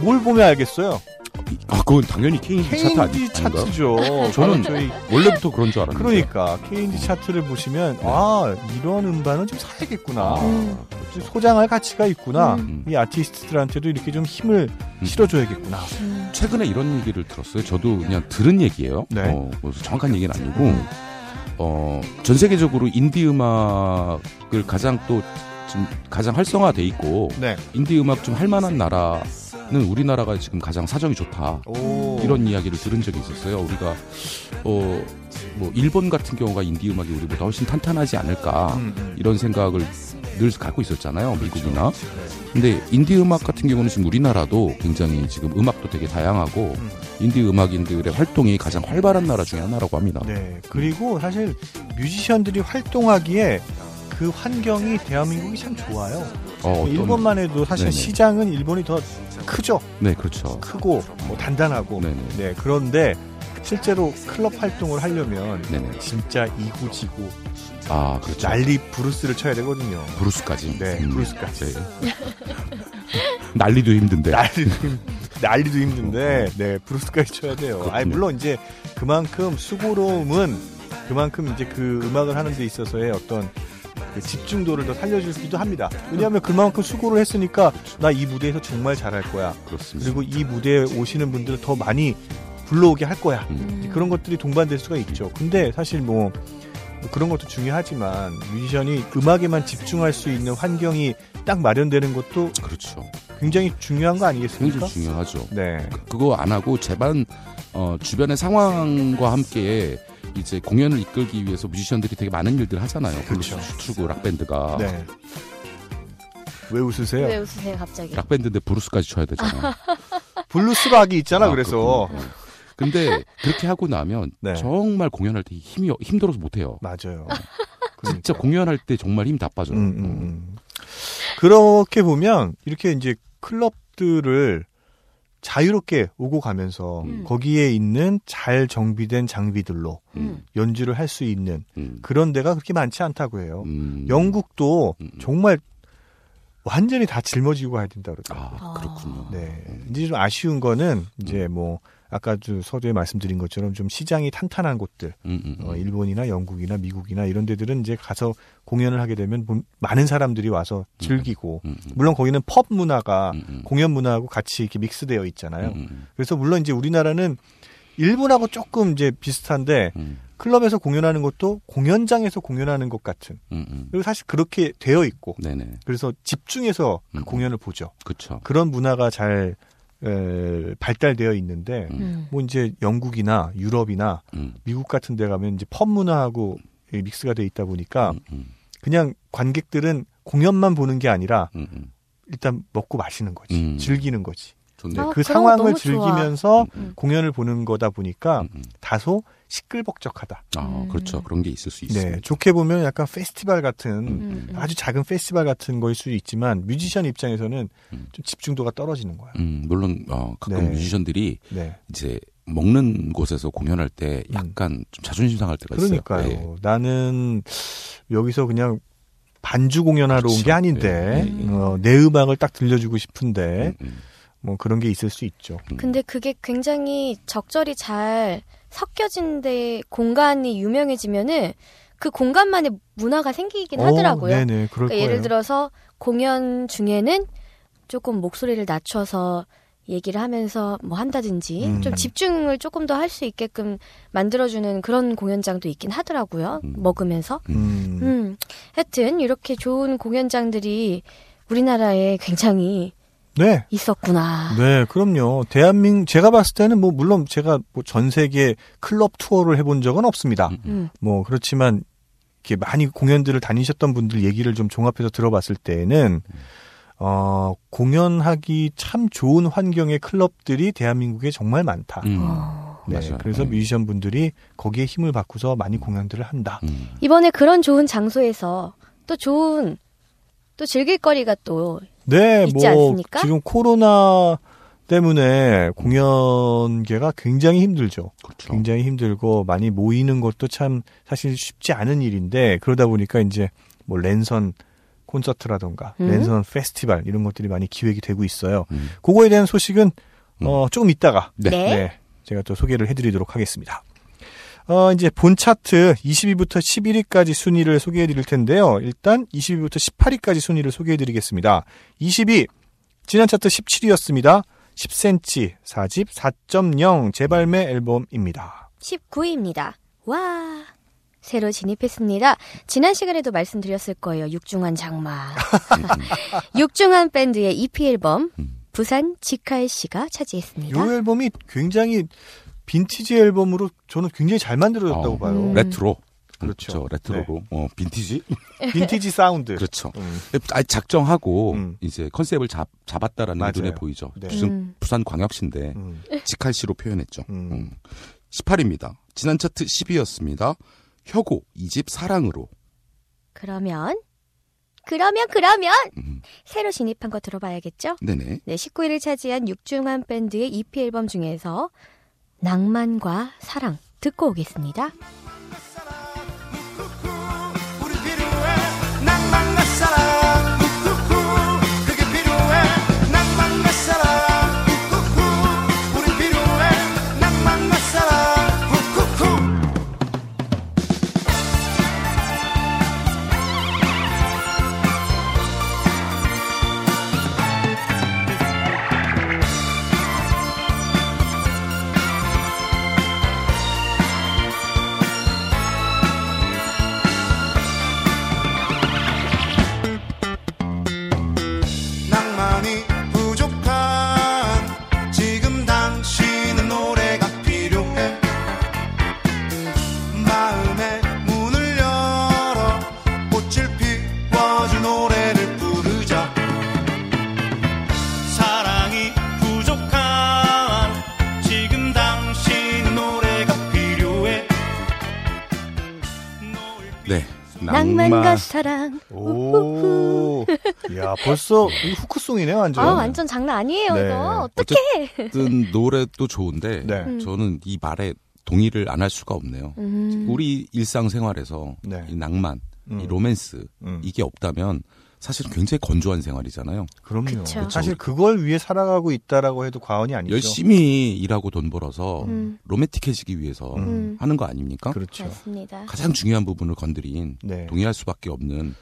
Speaker 1: 뭘 보면 알겠어요.
Speaker 3: 아, 그건 당연히 케인 차트 아니,
Speaker 1: KND
Speaker 3: 아닌가요?
Speaker 1: 차트죠.
Speaker 3: 저는
Speaker 1: 저희
Speaker 3: 원래부터 그런 줄 알았는데.
Speaker 1: 그러니까 KND 차트를 보시면 아 이런 음반은 좀 사야겠구나.
Speaker 3: 네. 아,
Speaker 2: 음.
Speaker 1: 좀 소장할 가치가 있구나.
Speaker 3: 음.
Speaker 1: 이 아티스트들한테도 이렇게 좀 힘을
Speaker 3: 음.
Speaker 1: 실어줘야겠구나.
Speaker 3: 최근에 이런 얘기를 들었어요. 저도 그냥 들은 얘기예요.
Speaker 1: 네.
Speaker 3: 어, 뭐 정확한 얘기는 아니고 어, 전 세계적으로 인디 음악을 가장 또 지금 가장 활성화돼 있고
Speaker 1: 네.
Speaker 3: 인디 음악 좀 할만한 나라는 우리나라가 지금 가장 사정이 좋다.
Speaker 1: 오.
Speaker 3: 이런 이야기를 들은 적이 있었어요. 우리가 어 뭐 일본 같은 경우가 인디 음악이 우리보다 훨씬 탄탄하지 않을까
Speaker 1: 음, 음.
Speaker 3: 이런 생각을 늘 갖고 있었잖아요. 미국이나. 근데 인디 음악 같은 경우는 지금 우리나라도 굉장히 지금 음악도 되게 다양하고
Speaker 1: 음.
Speaker 3: 인디 음악인들의 활동이 가장 활발한 나라 중에 하나라고 합니다.
Speaker 1: 네. 그리고 사실 뮤지션들이 활동하기에 그 환경이 대한민국이 참 좋아요.
Speaker 3: 어, 어떤-
Speaker 1: 일본만 해도 사실
Speaker 3: 네네.
Speaker 1: 시장은 일본이 더 크죠.
Speaker 3: 네, 그렇죠.
Speaker 1: 크고 뭐 단단하고.
Speaker 3: 네네.
Speaker 1: 네. 그런데 실제로 클럽 활동을 하려면
Speaker 3: 네네.
Speaker 1: 진짜 이구지구
Speaker 3: 아, 그렇죠.
Speaker 1: 난리 브루스를 쳐야 되거든요.
Speaker 3: 브루스까지. 음.
Speaker 1: 네, 브루스까지.
Speaker 3: 네. 난리도 힘든데.
Speaker 1: 난리도, 힘- 난리도 힘든데, 네, 브루스까지 쳐야 돼요. 아니,
Speaker 3: 그렇군요.
Speaker 1: 물론 이제 그만큼 수고로움은 그만큼 이제 그 음악을 하는 데 있어서의 어떤 그 집중도를 더 살려주기도 합니다. 왜냐하면 그만큼 수고를 했으니까 나 이 무대에서 정말 잘할 거야.
Speaker 3: 그렇습니다.
Speaker 1: 그리고 이 무대에 오시는 분들을 더 많이 불러오게 할 거야.
Speaker 3: 음.
Speaker 1: 이제 그런 것들이 동반될 수가 있죠. 근데 사실 뭐 그런 것도 중요하지만 뮤지션이 음악에만 집중할 수 있는 환경이 딱 마련되는 것도
Speaker 3: 그렇죠.
Speaker 1: 굉장히 중요한 거 아니겠습니까?
Speaker 3: 굉장히 중요하죠.
Speaker 1: 네.
Speaker 3: 그- 그거 안 하고 제발 어, 주변의 상황과 함께 이제 공연을 이끌기 위해서 뮤지션들이 되게 많은 일들을 하잖아요. 블루스
Speaker 1: 그렇죠.
Speaker 3: 추고 락 밴드가
Speaker 1: 네. 왜 웃으세요?
Speaker 4: 네.
Speaker 2: 왜 웃으세요 갑자기?
Speaker 3: 락 밴드인데 브루스까지 쳐야 되잖아.
Speaker 1: 블루스 락이 있잖아.
Speaker 3: 아,
Speaker 1: 그래서
Speaker 3: 그렇군요. 어. 근데 그렇게 하고 나면
Speaker 1: 네.
Speaker 3: 정말 공연할 때 힘이 힘들어서 못 해요.
Speaker 1: 맞아요. 그러니까.
Speaker 3: 진짜 공연할 때 정말 힘 다 빠져요.
Speaker 1: 음, 음, 음. 그렇게 보면 이렇게 이제 클럽들을 자유롭게 오고 가면서
Speaker 3: 음.
Speaker 1: 거기에 있는 잘 정비된 장비들로
Speaker 3: 음,
Speaker 1: 연주를 할 수 있는
Speaker 3: 음,
Speaker 1: 그런 데가 그렇게 많지 않다고 해요.
Speaker 3: 음.
Speaker 1: 영국도
Speaker 3: 음, 음.
Speaker 1: 정말 완전히 다 짊어지고 가야 된다 그러더라고요.
Speaker 3: 아 그렇군요.
Speaker 1: 네. 이제 좀 아쉬운 거는
Speaker 3: 음.
Speaker 1: 이제 뭐 아까 좀 서두에 말씀드린 것처럼 좀 시장이 탄탄한 곳들,
Speaker 3: 음, 음, 음.
Speaker 1: 어, 일본이나 영국이나 미국이나 이런 데들은 이제 가서 공연을 하게 되면 본- 많은 사람들이 와서 즐기고
Speaker 3: 음, 음.
Speaker 1: 물론 거기는 펍 문화가
Speaker 3: 음, 음.
Speaker 1: 공연 문화하고 같이 이렇게 믹스되어 있잖아요.
Speaker 3: 음, 음,
Speaker 1: 그래서 물론 이제 우리나라는 일본하고 조금 이제 비슷한데
Speaker 3: 음,
Speaker 1: 클럽에서 공연하는 것도 공연장에서 공연하는 것 같은
Speaker 3: 음, 음.
Speaker 1: 그리고 사실 그렇게 되어 있고
Speaker 3: 네네.
Speaker 1: 그래서 집중해서 그
Speaker 3: 음.
Speaker 1: 공연을 보죠.
Speaker 3: 그렇죠.
Speaker 1: 그런 문화가 잘 에, 발달되어 있는데
Speaker 3: 음.
Speaker 2: 음.
Speaker 1: 뭐 이제 영국이나 유럽이나
Speaker 3: 음,
Speaker 1: 미국 같은 데 가면 이제 펍 문화하고 이 믹스가 돼 있다 보니까
Speaker 3: 음, 음,
Speaker 1: 그냥 관객들은 공연만 보는 게 아니라
Speaker 3: 음, 음.
Speaker 1: 일단 먹고 마시는 거지
Speaker 3: 음.
Speaker 1: 즐기는 거지 네,
Speaker 3: 좋네요.
Speaker 2: 아,
Speaker 1: 그
Speaker 2: 그런 거
Speaker 1: 상황을
Speaker 2: 너무 좋아.
Speaker 1: 즐기면서
Speaker 3: 음.
Speaker 1: 공연을 보는 거다 보니까
Speaker 3: 음, 음.
Speaker 1: 다소 시끌벅적하다
Speaker 3: 아, 그렇죠. 그런 게 있을 수 있습니다.
Speaker 1: 음. 네 좋게 보면 약간 페스티벌 같은
Speaker 2: 음, 음.
Speaker 1: 아주 작은 페스티벌 같은 거일 수 있지만 뮤지션 입장에서는
Speaker 3: 음.
Speaker 1: 좀 집중도가 떨어지는 거야.
Speaker 3: 음, 물론 어, 가끔
Speaker 1: 네.
Speaker 3: 뮤지션들이
Speaker 1: 네.
Speaker 3: 이제 먹는 곳에서 공연할 때
Speaker 1: 음.
Speaker 3: 약간 좀 자존심 상할 때가
Speaker 1: 그러니까요.
Speaker 3: 있어요. 예.
Speaker 1: 나는 여기서 그냥 반주 공연하러 온
Speaker 3: 그렇죠.
Speaker 1: 게 아닌데
Speaker 3: 예, 예, 예.
Speaker 1: 어, 내 음악을 딱 들려주고 싶은데
Speaker 3: 예. 음, 음,
Speaker 1: 뭐 그런 게 있을 수 있죠.
Speaker 3: 음.
Speaker 2: 근데 그게 굉장히 적절히 잘 섞여진데 공간이 유명해지면은 그 공간만의 문화가 생기긴 하더라고요.
Speaker 1: 어, 네네 그럴
Speaker 2: 그러니까
Speaker 1: 거예요.
Speaker 2: 예를 들어서 공연 중에는 조금 목소리를 낮춰서 얘기를 하면서 뭐 한다든지
Speaker 1: 음.
Speaker 2: 좀 집중을 조금 더 할 수 있게끔 만들어주는 그런 공연장도 있긴 하더라고요.
Speaker 3: 음.
Speaker 2: 먹으면서.
Speaker 1: 음,
Speaker 2: 음. 하여튼 이렇게 좋은 공연장들이 우리나라에 굉장히
Speaker 1: 네.
Speaker 2: 있었구나.
Speaker 1: 네, 그럼요. 대한민국 제가 봤을 때는 뭐 물론 제가 뭐 전 세계 클럽 투어를 해본 적은 없습니다.
Speaker 3: 음,
Speaker 2: 음.
Speaker 1: 뭐 그렇지만 이렇게 많이 공연들을 다니셨던 분들 얘기를 좀 종합해서 들어봤을 때는 어, 공연하기 참 좋은 환경의 클럽들이 대한민국에 정말 많다.
Speaker 3: 음.
Speaker 1: 아, 네,
Speaker 3: 맞아요.
Speaker 1: 그래서
Speaker 3: 음.
Speaker 1: 뮤지션 분들이 거기에 힘을 바꾸서 많이 공연들을 한다.
Speaker 3: 음.
Speaker 2: 이번에 그런 좋은 장소에서 또 좋은 또 즐길 거리가 또
Speaker 1: 네,
Speaker 2: 있지
Speaker 1: 뭐
Speaker 2: 않습니까?
Speaker 1: 지금 코로나 때문에 공연계가 굉장히 힘들죠.
Speaker 3: 그렇죠.
Speaker 1: 굉장히 힘들고 많이 모이는 것도 참 사실 쉽지 않은 일인데 그러다 보니까 이제 뭐 랜선 콘서트라던가
Speaker 2: 음.
Speaker 1: 랜선 페스티벌 이런 것들이 많이 기획이 되고 있어요.
Speaker 3: 음.
Speaker 1: 그거에 대한 소식은 어, 조금 있다가
Speaker 3: 네.
Speaker 1: 네. 제가 또 소개를 해드리도록 하겠습니다. 어, 이제 본 차트 20위부터 11위까지 순위를 소개해드릴 텐데요. 일단 20위부터 18위까지 순위를 소개해드리겠습니다. 20위 지난 차트 17위였습니다. 10cm 4집 4.0 재발매 앨범입니다.
Speaker 4: 19위입니다. 와. 새로 진입했습니다. 지난 시간에도 말씀드렸을 거예요. 육중한 장마. 육중한 밴드의 EP 앨범
Speaker 3: 음.
Speaker 4: 부산 지카엘 씨가 차지했습니다.
Speaker 1: 이 앨범이 굉장히 빈티지 앨범으로 저는 굉장히 잘 만들어졌다고
Speaker 3: 어.
Speaker 1: 봐요.
Speaker 3: 레트로.
Speaker 1: 그렇죠.
Speaker 3: 레트로로. 어, 빈티지?
Speaker 1: 빈티지 사운드.
Speaker 3: 그렇죠.
Speaker 1: 음.
Speaker 3: 아예 작정하고
Speaker 1: 음.
Speaker 3: 이제 컨셉을 잡, 잡았다라는
Speaker 1: 맞아요.
Speaker 3: 게 눈에 보이죠.
Speaker 1: 네.
Speaker 3: 부산,
Speaker 4: 음.
Speaker 3: 부산 광역시인데
Speaker 1: 음.
Speaker 3: 직할시로 표현했죠.
Speaker 1: 음.
Speaker 3: 음. 18입니다. 지난 차트 10위였습니다. 혁오 이 집 사랑으로.
Speaker 4: 그러면 그러면 그러면
Speaker 3: 음.
Speaker 4: 새로 진입한 거 들어봐야겠죠?
Speaker 3: 네네.
Speaker 4: 네, 19위를 차지한 육중한 밴드의 EP 앨범 중에서 낭만과 사랑 듣고 오겠습니다.
Speaker 8: 우리 필요해 낭만과 사랑 우쿠쿠 그게 필요해 낭만과 사랑 우쿠쿠 우리 필요해 낭만과 사랑 우쿠쿠 낭만이 부족한 지금 당신은 노래가 필요해 마음의 문을 열어 꽃을 피워줄 노래를 부르자 사랑이 부족한 지금 당신은 노래가 필요해
Speaker 3: 네.
Speaker 4: 낭만과 사랑.
Speaker 1: 오. 야, 벌써 이 후크송이네, 완전.
Speaker 4: 아, 완전 장난 아니에요,
Speaker 1: 네.
Speaker 4: 이거. 어떡해.
Speaker 3: 어쨌든 노래도 좋은데
Speaker 1: 네.
Speaker 3: 저는 이 말에 동의를 안 할 수가 없네요.
Speaker 4: 음.
Speaker 3: 우리 일상생활에서
Speaker 1: 네.
Speaker 3: 이 낭만,
Speaker 1: 음.
Speaker 3: 이 로맨스
Speaker 1: 음.
Speaker 3: 이게 없다면 사실 굉장히 건조한 생활이잖아요.
Speaker 1: 그럼요.
Speaker 4: 그쵸.
Speaker 1: 사실 그걸 위해 살아가고 있다라고 해도 과언이 아니죠.
Speaker 3: 열심히 일하고 돈 벌어서
Speaker 4: 음.
Speaker 3: 로맨틱해지기 위해서
Speaker 1: 음.
Speaker 3: 하는 거 아닙니까?
Speaker 1: 그렇죠.
Speaker 4: 맞습니다.
Speaker 3: 가장 중요한 부분을 건드린
Speaker 1: 네.
Speaker 3: 동의할 수밖에 없는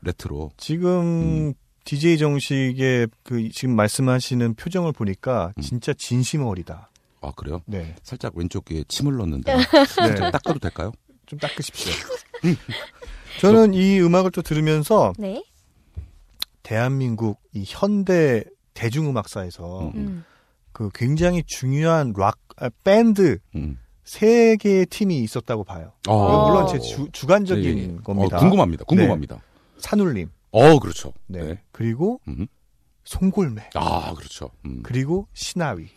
Speaker 3: 레트로.
Speaker 1: 지금
Speaker 3: 음.
Speaker 1: DJ 정식의 그 지금 말씀하시는 표정을 보니까
Speaker 3: 음.
Speaker 1: 진짜 진심 어리다.
Speaker 3: 아 그래요?
Speaker 1: 네.
Speaker 3: 살짝 왼쪽 귀에 침을 넣는데
Speaker 1: 네.
Speaker 3: 닦아도 될까요?
Speaker 1: 좀 닦으십시오. 저는 이 음악을 또 들으면서
Speaker 4: 네.
Speaker 1: 대한민국 이 현대 대중음악사에서
Speaker 3: 음.
Speaker 1: 그 굉장히 중요한 락 아, 밴드
Speaker 3: 음.
Speaker 1: 세 개의 팀이 있었다고 봐요.
Speaker 3: 어.
Speaker 1: 아, 물론 제 주, 주관적인
Speaker 3: 예, 예.
Speaker 1: 겁니다.
Speaker 3: 어, 궁금합니다. 궁금합니다.
Speaker 1: 산울림.
Speaker 3: 어 그렇죠.
Speaker 1: 네.
Speaker 3: 네.
Speaker 1: 그리고
Speaker 3: 음.
Speaker 1: 송골매.
Speaker 3: 아 그렇죠. 음.
Speaker 1: 그리고 신하위.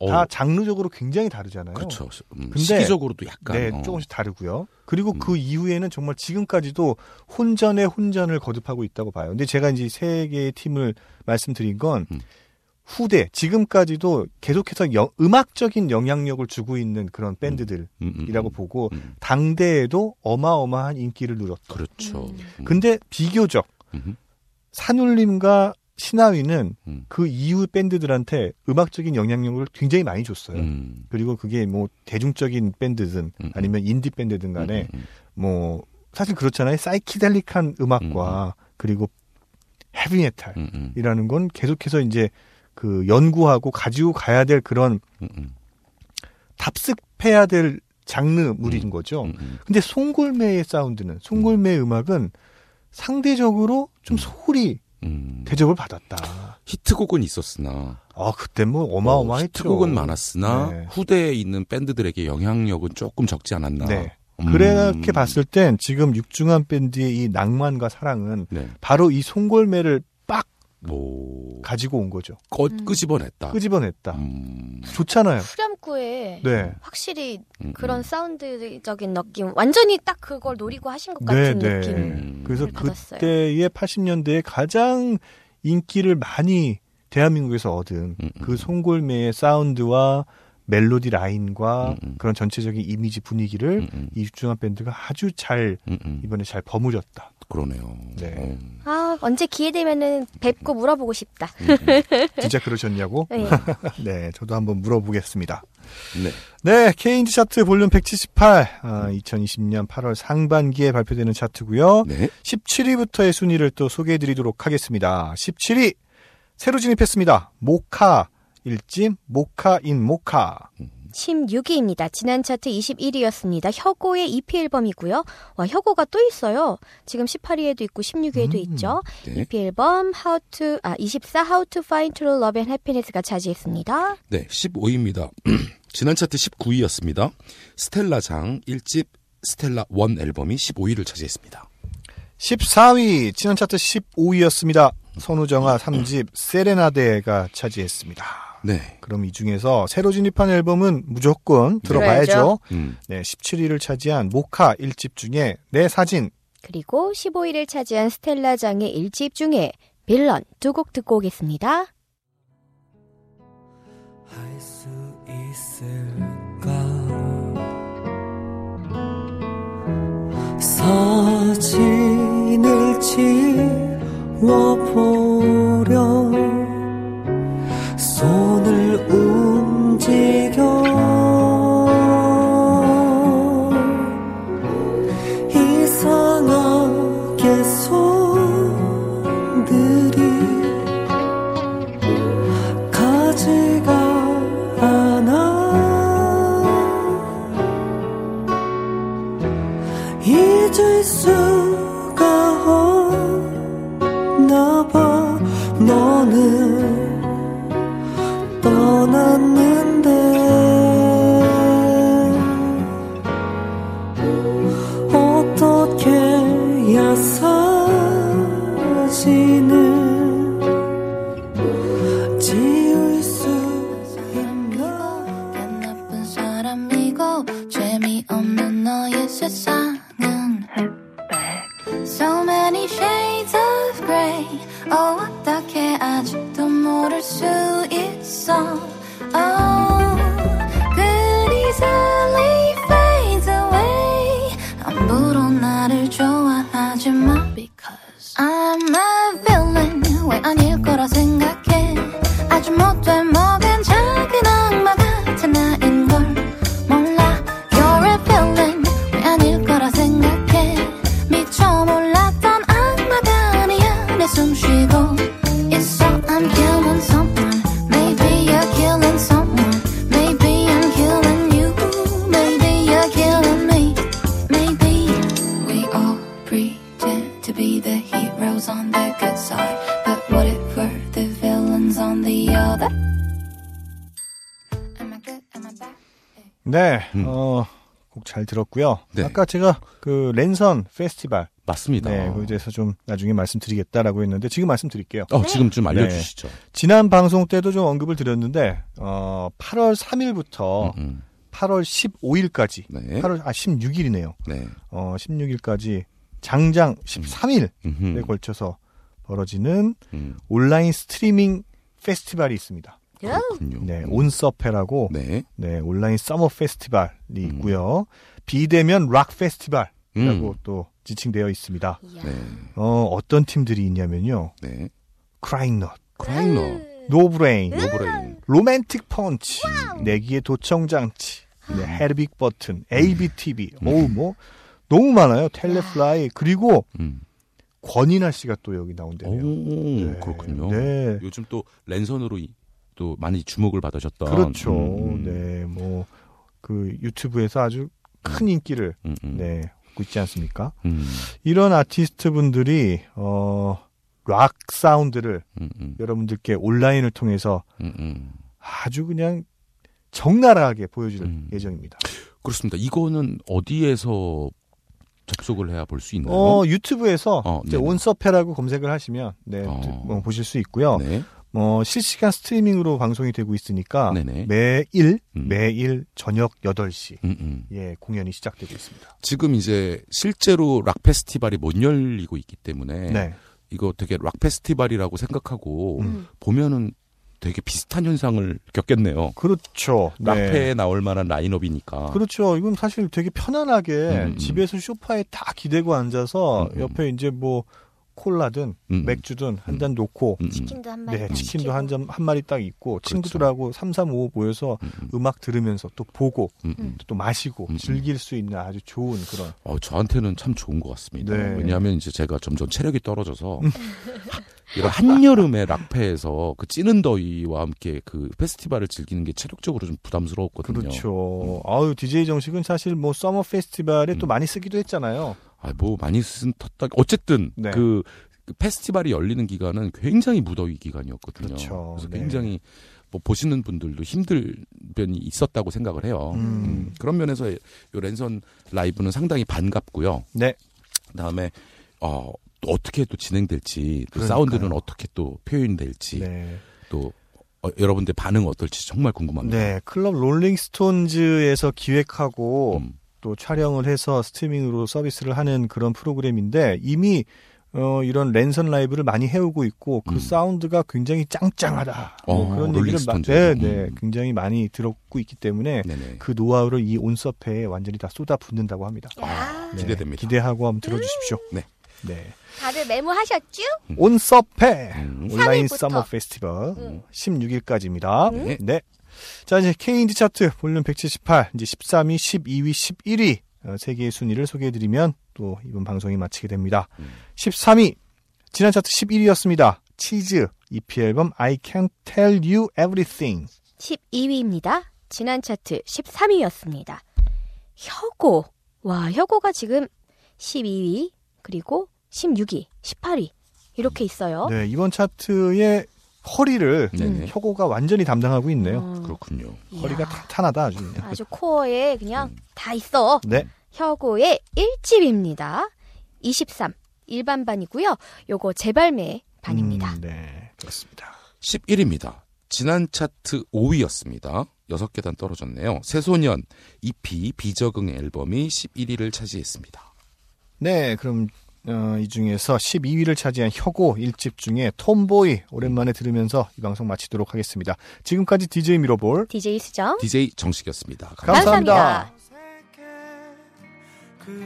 Speaker 3: 어,
Speaker 1: 다 장르적으로 굉장히 다르잖아요.
Speaker 3: 그렇죠. 음,
Speaker 1: 근데-
Speaker 3: 시기적으로도 약간
Speaker 1: 네,
Speaker 3: 어.
Speaker 1: 조금씩 다르고요. 그리고
Speaker 3: 음.
Speaker 1: 그 이후에는 정말 지금까지도 혼전에 혼전을 거듭하고 있다고 봐요. 근데 제가 이제 세 개의 팀을 말씀드린 건
Speaker 3: 음.
Speaker 1: 후대 지금까지도 계속해서 영- 음악적인 영향력을 주고 있는 그런 밴드들이라고
Speaker 3: 음, 음, 음.
Speaker 1: 보고
Speaker 3: 음.
Speaker 1: 당대에도 어마어마한 인기를 누렸다.
Speaker 3: 그렇죠. 음.
Speaker 1: 근데 비교적
Speaker 3: 음.
Speaker 1: 산울림과 신하위는
Speaker 3: 음.
Speaker 1: 그 이후 밴드들한테 음악적인 영향력을 굉장히 많이 줬어요.
Speaker 3: 음.
Speaker 1: 그리고 그게 뭐 대중적인 밴드든
Speaker 3: 음.
Speaker 1: 아니면 인디 밴드든 간에
Speaker 3: 음, 음,
Speaker 1: 뭐 사실 그렇잖아요. 사이키델릭한 음악과 그리고 헤비메탈이라는
Speaker 3: 음, 음,
Speaker 1: 건 계속해서 이제 그 연구하고 가지고 가야 될 그런
Speaker 3: 음, 음,
Speaker 1: 답습해야 될 장르물인 거죠.
Speaker 3: 음, 음.
Speaker 1: 근데 송골매의 사운드는 송골매의 음악은 상대적으로 좀
Speaker 3: 음.
Speaker 1: 소홀히
Speaker 3: 음.
Speaker 1: 대접을 받았다.
Speaker 3: 히트곡은 있었으나
Speaker 1: 아 그때 뭐
Speaker 3: 어,
Speaker 1: 어마어마했죠.
Speaker 3: 히트곡은 많았으나
Speaker 1: 네.
Speaker 3: 후대에 있는 밴드들에게 영향력은 조금 적지 않았나.
Speaker 1: 네.
Speaker 3: 음.
Speaker 1: 그렇게 봤을 땐 지금 육중한 밴드의 이 낭만과 사랑은
Speaker 3: 네.
Speaker 1: 바로 이 송골매를 빡
Speaker 3: 뭐
Speaker 1: 가지고 온 거죠.
Speaker 3: 꺼, 끄집어냈다.
Speaker 1: 끄집어냈다.
Speaker 3: 아. 그 음.
Speaker 4: 네.
Speaker 1: 좋잖아요.
Speaker 2: 후렴구에
Speaker 1: 네.
Speaker 2: 확실히
Speaker 3: 음,
Speaker 2: 그런
Speaker 3: 음.
Speaker 2: 사운드적인 느낌 완전히 딱 그걸 노리고 하신 것
Speaker 1: 네,
Speaker 2: 같은
Speaker 1: 네.
Speaker 2: 느낌.
Speaker 3: 음.
Speaker 1: 그래서
Speaker 2: 받았어요.
Speaker 1: 그때의 80년대에 가장 인기를 많이 대한민국에서 얻은
Speaker 3: 음,
Speaker 1: 그 송골매의 사운드와 멜로디 라인과
Speaker 3: 음, 음.
Speaker 1: 그런 전체적인 이미지 분위기를
Speaker 3: 음, 음,
Speaker 1: 이 육중한 밴드가 아주 잘
Speaker 3: 음, 음.
Speaker 1: 이번에 잘 버무렸다.
Speaker 3: 그러네요.
Speaker 1: 네.
Speaker 3: 어.
Speaker 4: 아, 언제 기회 되면은 뵙고 물어보고 싶다.
Speaker 1: 진짜 그러셨냐고?
Speaker 4: 네.
Speaker 1: 네, 저도 한번 물어보겠습니다.
Speaker 3: 네.
Speaker 1: 네, 케인즈 차트 볼륨 178, 아, 2020년 8월 상반기에 발표되는 차트고요.
Speaker 3: 네.
Speaker 1: 17위부터의 순위를 또 소개해드리도록 하겠습니다. 17위 새로 진입했습니다. 모카 일집 모카인 모카.
Speaker 4: 16위입니다. 지난 차트 21위였습니다. 혁오의 EP 앨범이고요. 와, 혁오가 또 있어요. 지금 18위에도 있고 16위에도
Speaker 1: 음.
Speaker 4: 있죠.
Speaker 3: 네.
Speaker 4: EP 앨범 How to 아, 24 How to Find True Love and Happiness가 차지했습니다.
Speaker 3: 네, 15위입니다. 지난 차트 19위였습니다. 스텔라 장 1집 스텔라 원 앨범이 15위를 차지했습니다.
Speaker 1: 14위 지난 차트 15위였습니다. 선우정아 3집 세레나데가 차지했습니다.
Speaker 3: 네.
Speaker 1: 그럼 이 중에서 새로 진입한 앨범은 무조건 들어봐야죠.
Speaker 3: 음.
Speaker 1: 네, 17위를 차지한 모카 일집 중에 내 사진
Speaker 4: 그리고 15위를 차지한 스텔라 장의 일집 중에 빌런 두 곡 듣고 오겠습니다.
Speaker 10: 할 수 있을까 사진을 지워보려 손을 움직여 이상하게 손들이 가지가 않아 잊을 수가 없나 봐 너는 떠났는데 어떻게 해야 사진을 지울 수 있나
Speaker 5: 난 나쁜 사람이고 재미없는 너의 세상은 So many shades of grey Oh 어떻게 아직도 모를 수 있어 Oh 그리 easily fades away 함부로 나를 좋아하지 마 Because I'm a villain 왜 아닐 거라 생각해 아주 못돼 먹은 작은 악마 같은 나인 걸 몰라 You're a villain 왜 아닐 거라 생각해 미처 몰랐던 악마가 아니야 내 숨 쉬고 있어 I'm killing someone Maybe you're killing someone Maybe I'm killing you Maybe you're killing me Maybe we all pretend to be the heroes on the good side. But what if we're the villains on the other? Am I good? Am I bad?
Speaker 1: 네,
Speaker 3: 음.
Speaker 1: 어, 곡 잘 들었고요.
Speaker 3: 네.
Speaker 1: 아까 제가 그 랜선 페스티벌
Speaker 3: 맞습니다.
Speaker 1: 네, 거기에 대해서 좀 나중에 말씀드리겠다라고 했는데 지금 말씀드릴게요.
Speaker 2: 네.
Speaker 3: 어, 지금 좀 알려주시죠.
Speaker 1: 지난 방송 때도 좀 언급을 드렸는데 어, 8월 3일부터
Speaker 3: 음,
Speaker 1: 8월 15일까지
Speaker 3: 네.
Speaker 1: 8월 아 16일이네요.
Speaker 3: 네.
Speaker 1: 어, 16일까지 장장 13일에
Speaker 3: 음. 음흠.
Speaker 1: 걸쳐서 벌어지는
Speaker 3: 음,
Speaker 1: 온라인 스트리밍 페스티벌이 있습니다.
Speaker 3: 그렇군요.
Speaker 1: 네,
Speaker 3: 음.
Speaker 1: 온서페라고
Speaker 3: 네.
Speaker 1: 네, 온라인 서머 페스티벌이 있고요. 비대면 락 페스티벌이라고
Speaker 3: 음.
Speaker 1: 또 지칭되어 있습니다.
Speaker 3: 네.
Speaker 1: 어, 어떤 팀들이 있냐면요.
Speaker 3: 네.
Speaker 1: 크라잉넛,
Speaker 3: 크라이너.
Speaker 1: 노브레인,
Speaker 3: 네. 노브레인.
Speaker 1: 로맨틱 펀치, 내기의 도청장치, 네, 헤르빅 버튼, ABTV,
Speaker 3: 음.
Speaker 1: 어우 뭐 너무 많아요. 텔레플라이 그리고
Speaker 3: 음.
Speaker 1: 권인아 씨가 또 여기 나온대요.
Speaker 3: 오,
Speaker 1: 네,
Speaker 3: 그렇군요.
Speaker 1: 네.
Speaker 3: 요즘 또 랜선으로 이- 또 많이 주목을 받으셨던.
Speaker 1: 그렇죠.
Speaker 3: 음, 음,
Speaker 1: 네, 뭐 그 유튜브에서 아주 큰 인기를
Speaker 3: 음, 음.
Speaker 1: 네, 얻고 있지 않습니까?
Speaker 3: 음,
Speaker 1: 이런 아티스트 분들이 어, 락 사운드를
Speaker 3: 음, 음,
Speaker 1: 여러분들께 온라인을 통해서
Speaker 3: 음, 음.
Speaker 1: 아주 그냥 적나라하게 보여줄
Speaker 3: 음.
Speaker 1: 예정입니다.
Speaker 3: 그렇습니다. 이거는 어디에서 접속을 해야 볼 수 있나요?
Speaker 1: 어, 유튜브에서
Speaker 3: 네. 어,
Speaker 1: 이제
Speaker 3: 네네.
Speaker 1: 온서페라고 검색을 하시면 네,
Speaker 3: 어.
Speaker 1: 드- 뭐 보실 수 있고요.
Speaker 3: 네.
Speaker 1: 어, 실시간 스트리밍으로 방송이 되고 있으니까
Speaker 3: 네네.
Speaker 1: 매일
Speaker 3: 음.
Speaker 1: 매일 저녁 8시
Speaker 3: 음, 음.
Speaker 1: 예, 공연이 시작되고 있습니다.
Speaker 3: 지금 이제 실제로 락 페스티벌이 못 열리고 있기 때문에
Speaker 1: 네.
Speaker 3: 이거 되게 락 페스티벌이라고 생각하고
Speaker 1: 음.
Speaker 3: 보면은 되게 비슷한 현상을 겪겠네요.
Speaker 1: 그렇죠. 네.
Speaker 3: 락페에 나올 만한 라인업이니까.
Speaker 1: 그렇죠. 이건 사실 되게 편안하게
Speaker 3: 음.
Speaker 1: 집에서 쇼파에 다 기대고 앉아서
Speaker 3: 음.
Speaker 1: 옆에 이제 뭐 콜라든
Speaker 3: 음.
Speaker 1: 맥주든 한 잔 놓고
Speaker 3: 음, 음.
Speaker 4: 치킨도 한 마리
Speaker 1: 네,
Speaker 4: 딱
Speaker 1: 치킨도
Speaker 4: 시키고.
Speaker 1: 한, 잔, 한 마리 딱 있고 친구들하고 삼삼오오 모여서
Speaker 3: 그렇죠. 음, 음,
Speaker 1: 음악 들으면서 또 보고
Speaker 3: 음, 음.
Speaker 1: 또 마시고
Speaker 3: 음.
Speaker 1: 즐길 수 있는 아주 좋은 그런
Speaker 3: 어, 저한테는 참 좋은 것 같습니다.
Speaker 1: 네. 음.
Speaker 3: 왜냐하면 이제 제가 점점 체력이 떨어져서 이런 한여름의 락페에서 그 찌는 더위와 함께 그 페스티벌을 즐기는 게 체력적으로 좀 부담스러웠거든요.
Speaker 1: 그렇죠. 아유 DJ 정식은 사실 뭐 서머 페스티벌에 또
Speaker 3: 음.
Speaker 1: 많이 쓰기도 했잖아요.
Speaker 3: 아, 뭐 많이 쓴 텄다. 어쨌든
Speaker 1: 네.
Speaker 3: 그, 그 페스티벌이 열리는 기간은 굉장히 무더위 기간이었거든요.
Speaker 1: 그렇죠.
Speaker 3: 래서
Speaker 1: 네.
Speaker 3: 굉장히 뭐 보시는 분들도 힘들 면이 있었다고 생각을 해요.
Speaker 1: 음.
Speaker 3: 그런 면에서 요 랜선 라이브는 상당히 반갑고요.
Speaker 1: 네.
Speaker 3: 그다음에 어, 또 어떻게 또 진행될지, 또
Speaker 1: 그러니까요.
Speaker 3: 사운드는 어떻게 또 표현될지,
Speaker 1: 네.
Speaker 3: 또 어, 여러분들 반응 어떨지 정말 궁금합니다.
Speaker 1: 네. 클럽 롤링스톤즈에서 기획하고
Speaker 3: 음,
Speaker 1: 또 촬영을 해서 스트리밍으로 서비스를 하는 그런 프로그램인데 이미 어, 이런 랜선 라이브를 많이 해오고 있고 그
Speaker 3: 음.
Speaker 1: 사운드가 굉장히 짱짱하다. 뭐
Speaker 3: 어,
Speaker 1: 그런 얘기를 마-
Speaker 3: 롤링스톤즈.
Speaker 1: 네, 네,
Speaker 3: 음.
Speaker 1: 굉장히 많이 들었고 있기 때문에
Speaker 3: 네네.
Speaker 1: 그 노하우를 이 온서페에 완전히 다 쏟아붓는다고 합니다.
Speaker 4: 야,
Speaker 1: 네,
Speaker 3: 기대됩니다.
Speaker 1: 기대하고 한번 들어주십시오.
Speaker 3: 네.
Speaker 1: 네.
Speaker 4: 다들 메모하셨죠?
Speaker 1: 음. 온서페
Speaker 3: 음.
Speaker 1: 온라인
Speaker 4: 3일부터.
Speaker 1: 서머 페스티벌
Speaker 4: 음.
Speaker 1: 16일까지입니다.
Speaker 3: 네.
Speaker 1: 네. 자 이제 K인디 차트 볼륨 178 이제 13위, 12위, 11위 어, 세 개의 순위를 소개해드리면 또 이번 방송이 마치게 됩니다.
Speaker 3: 음.
Speaker 1: 13위 지난 차트 11위였습니다. 치즈 EP 앨범 I Can Tell You Everything.
Speaker 4: 12위입니다. 지난 차트 13위였습니다. 혁오. 와, 혁오가 지금 12위, 그리고 16위, 18위. 이렇게 있어요.
Speaker 1: 네 이번 차트의 허리를
Speaker 3: 네네.
Speaker 1: 혁오가 완전히 담당하고 있네요.
Speaker 4: 어,
Speaker 3: 그렇군요.
Speaker 4: 이야,
Speaker 1: 허리가 탄탄하다 아주 그냥.
Speaker 4: 아주 코어에 그냥 다 있어.
Speaker 1: 네.
Speaker 4: 혁오의 1집입니다. 23. 일반반이고요. 요거 재발매 반입니다.
Speaker 1: 음, 네 그렇습니다.
Speaker 3: 11위입니다. 지난 차트 5위였습니다. 6계단 떨어졌네요. 새소년 EP 비적응 앨범이 11위를 차지했습니다.
Speaker 1: 네, 그럼 어, 이 중에서 12위를 차지한 혁오 1집 중에 톰보이 오랜만에 들으면서 이 방송 마치도록 하겠습니다. 지금까지 DJ 미러볼
Speaker 4: DJ 수정.
Speaker 3: DJ 정식이었습니다.
Speaker 1: 감사합니다.
Speaker 4: 감사합니다.
Speaker 8: 어색해.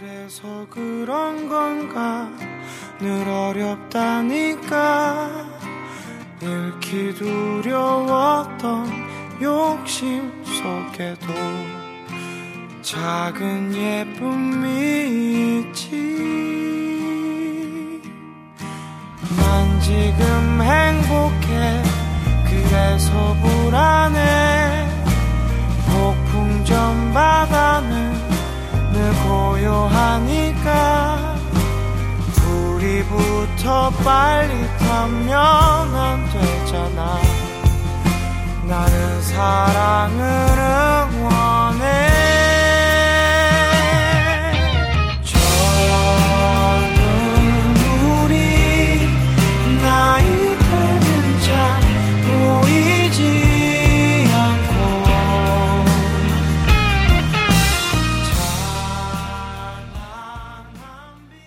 Speaker 8: 그래서 그런 건가 늘 어렵다니까 잃기 두려웠던 욕심 속에도 작은 예쁨이 있지 난 지금 행복해 그래서 불안해 폭풍 전 바다는 늘 고요하니까 불이 붙어 빨리 타면 안 되잖아 나는 사랑을 응원해 저 눈물이 나의 팔은 잘 보이지 않고 찬란한 빛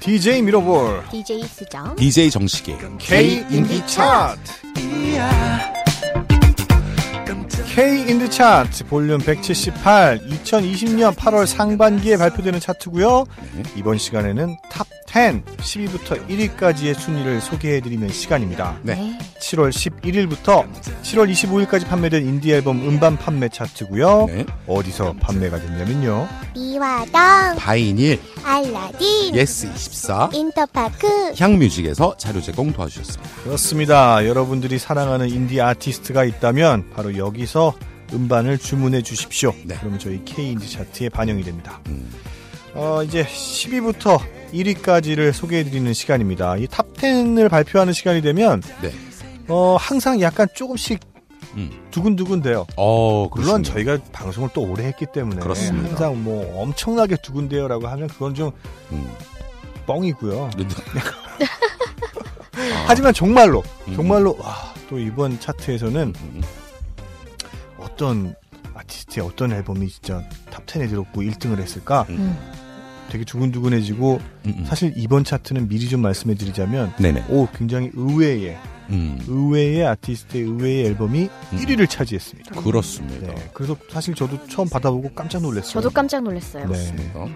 Speaker 1: DJ 미러볼
Speaker 4: DJ 수정.
Speaker 3: DJ 정식의
Speaker 1: K 인디 차트 K 인디 차트 볼륨 178 2020년 8월 상반기에 발표되는 차트고요.
Speaker 3: 네.
Speaker 1: 이번 시간에는 탑10 10위부터 1위까지의 순위를 소개해드리는 시간입니다.
Speaker 3: 네.
Speaker 1: 7월 11일부터 7월 25일까지 판매된 인디 앨범 음반 판매 차트고요.
Speaker 3: 네.
Speaker 1: 어디서 판매가 됐냐면요.
Speaker 5: 이화당
Speaker 3: 바이닐
Speaker 5: 알라딘
Speaker 3: 예스24
Speaker 5: 인터파크
Speaker 3: 향뮤직에서 자료 제공 도와주셨습니다.
Speaker 1: 그렇습니다. 여러분들이 사랑하는 인디 아티스트가 있다면 바로 여기서 음반을 주문해 주십시오.
Speaker 3: 네.
Speaker 1: 그러면 저희 K인지 차트에 반영이 됩니다.
Speaker 3: 음.
Speaker 1: 어, 이제 10위부터 1위까지를 소개해 드리는 시간입니다. 이 탑 10을 발표하는 시간이 되면
Speaker 3: 네.
Speaker 1: 어, 항상 약간 조금씩
Speaker 3: 음.
Speaker 1: 두근두근 돼요.
Speaker 3: 어,
Speaker 1: 물론
Speaker 3: 그렇습니다.
Speaker 1: 저희가 방송을 또 오래 했기 때문에
Speaker 3: 그렇습니다.
Speaker 1: 항상 뭐 엄청나게 두근대요라고 하면 그건 좀
Speaker 3: 음.
Speaker 1: 뻥이고요.
Speaker 3: 근데- 아,
Speaker 1: 하지만 정말로
Speaker 3: 음.
Speaker 1: 정말로 와, 또 이번 차트에서는
Speaker 3: 음.
Speaker 1: 어떤 아티스트의 어떤 앨범이 진짜 탑 10에 들었고 1등을 했을까?
Speaker 3: 음.
Speaker 1: 되게 두근두근해지고
Speaker 3: 음, 음.
Speaker 1: 사실 이번 차트는 미리 좀 말씀해 드리자면
Speaker 3: 네네.
Speaker 1: 오 굉장히 의외의
Speaker 3: 음.
Speaker 1: 의외의 아티스트의 의외의 앨범이
Speaker 3: 음.
Speaker 1: 1위를 차지했습니다.
Speaker 3: 그렇습니다.
Speaker 1: 네. 그래서 사실 저도 처음 받아보고 깜짝 놀랐어요.
Speaker 4: 저도 깜짝 놀랐어요.
Speaker 1: 네.
Speaker 3: 어?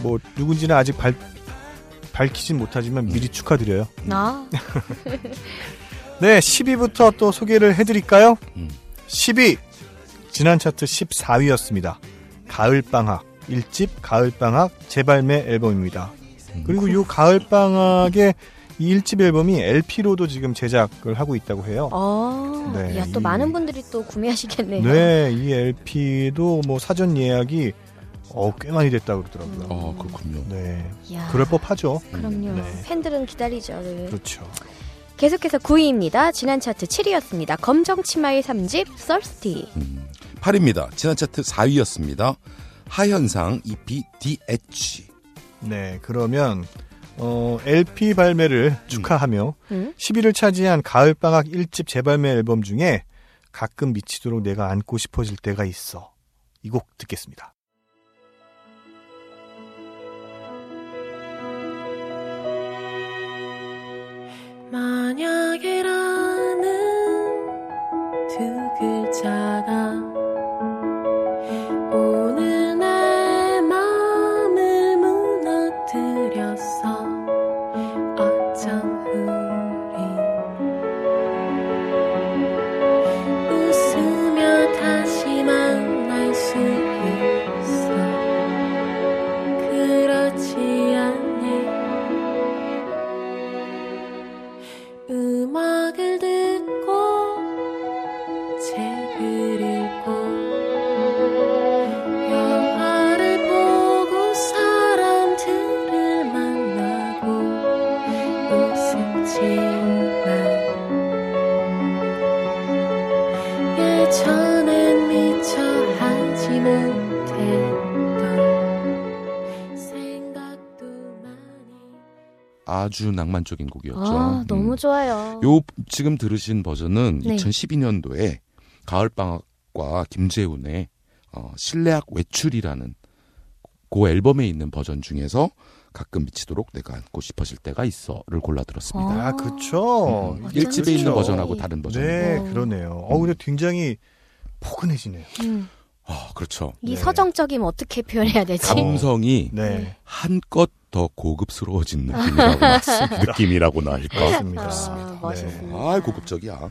Speaker 1: 뭐 누군지는 아직 발, 밝히진 못하지만 미리 축하드려요.
Speaker 4: 나
Speaker 1: 네, 10위부터 또 소개를 해드릴까요?
Speaker 3: 음.
Speaker 1: 10위 지난 차트 14위였습니다. 가을방학 1집 가을방학 재발매 앨범입니다.
Speaker 3: 음.
Speaker 1: 그리고 요 가을방학의 이 1집 앨범이 LP로도 지금 제작을 하고 있다고 해요.
Speaker 4: 어,
Speaker 1: 네,
Speaker 4: 야, 또
Speaker 1: 이-
Speaker 4: 많은 분들이 또 구매하시겠네요.
Speaker 1: 네, 이 LP도 뭐 사전 예약이 어, 꽤 많이 됐다고 그러더라고요.
Speaker 3: 아, 그렇군요.
Speaker 1: 네,
Speaker 4: 이야,
Speaker 1: 그럴 법하죠.
Speaker 4: 그럼요.
Speaker 1: 네.
Speaker 4: 팬들은 기다리죠. 늘.
Speaker 1: 그렇죠.
Speaker 4: 계속해서 9위입니다. 지난 차트 7위였습니다. 검정 치마의 3집 Thirsty.
Speaker 3: 음. 8입니다. 지난 차트 4위였습니다. 하현상 E EPDH.
Speaker 1: 네, 그러면 어, LP 발매를 축하하며
Speaker 4: 음.
Speaker 1: 10위를 차지한 가을방학 1집 재발매 앨범 중에 가끔 미치도록 내가 안고 싶어질 때가 있어. 이 곡 듣겠습니다.
Speaker 6: 만약이라는 두 글자가 오늘 내 맘을 무너뜨렸어 어쩜 우린 웃으며 다시 만날 수 있어 그렇지 않니 음악을 듣고 책을 읽고 영화를 보고 사람들을 만나고 웃음 지만 예전엔 미처 하지 못했던 생각도 많이
Speaker 3: 아주 낭만적인 곡이었죠.
Speaker 4: 아,
Speaker 3: 음.
Speaker 4: 너무 좋아요.
Speaker 3: 요 지금 들으신 버전은
Speaker 4: 네.
Speaker 3: 2012년도에 가을 방학과 김재훈의 어, 실내악 외출이라는 그 앨범에 있는 버전 중에서 가끔 미치도록 내가 안고 싶어질 때가 있어를 골라 들었습니다.
Speaker 4: 아,
Speaker 1: 아, 그쵸.
Speaker 3: 음,
Speaker 4: 어쩐지.
Speaker 1: 일-
Speaker 3: 일집에 있는
Speaker 1: 그렇죠.
Speaker 3: 버전하고 다른 버전.
Speaker 1: 네,
Speaker 4: 어.
Speaker 1: 그러네요. 어, 근데 굉장히 포근해지네요.
Speaker 4: 음.
Speaker 3: 아, 그렇죠.
Speaker 4: 이
Speaker 1: 네.
Speaker 4: 서정적임 어떻게 표현해야
Speaker 3: 아.
Speaker 4: 되지?
Speaker 1: 감-
Speaker 3: 감성이
Speaker 1: 네.
Speaker 3: 한껏 더 고급스러워진 느낌이라고 나- 느낌이라고나 할까?
Speaker 1: 그렇습니다.
Speaker 4: 음.
Speaker 1: 네,
Speaker 4: 아, 멋있습니다.
Speaker 3: 아, 고급적이야.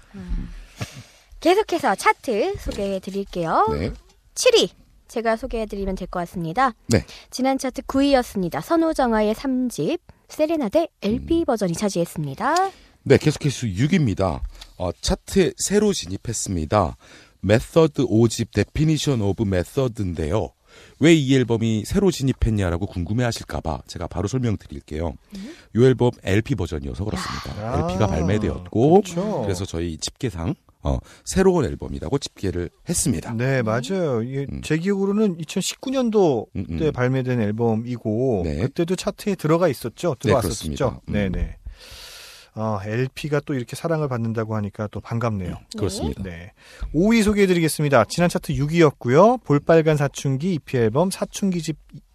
Speaker 4: 계속해서 차트 소개해 드릴게요.
Speaker 3: 네.
Speaker 4: 7위 제가 소개해 드리면 될 것 같습니다.
Speaker 3: 네.
Speaker 4: 지난 차트 9위였습니다. 선우정아의 3집 세레나데 LP 버전이 차지했습니다.
Speaker 3: 네, 계속해서 6위입니다. 어, 차트에 새로 진입했습니다. 메서드 5집 데피니션 오브 메서드인데요. 왜 이 앨범이 새로 진입했냐라고 궁금해하실까봐 제가 바로 설명드릴게요. 이 앨범 LP 버전이어서 그렇습니다.
Speaker 1: 음. 야.
Speaker 3: LP가 발매되었고
Speaker 1: 그렇죠.
Speaker 3: 그래서 저희 집계상 어, 새로운 앨범이라고 집계를 했습니다.
Speaker 1: 네, 맞아요. 이게
Speaker 3: 음.
Speaker 1: 제 기억으로는 2019년도
Speaker 3: 음, 음.
Speaker 1: 때 발매된 앨범이고
Speaker 3: 네.
Speaker 1: 그때도 차트에 들어가 있었죠. 들어왔었죠.
Speaker 3: 그렇습니다. 음.
Speaker 1: 네, 네. 어, LP가 또 이렇게 사랑을 받는다고 하니까 또 반갑네요.
Speaker 3: 음, 그렇습니다.
Speaker 1: 네. 5위 소개해드리겠습니다. 지난 차트 6위였고요. 볼빨간 사춘기 EP 앨범 사춘기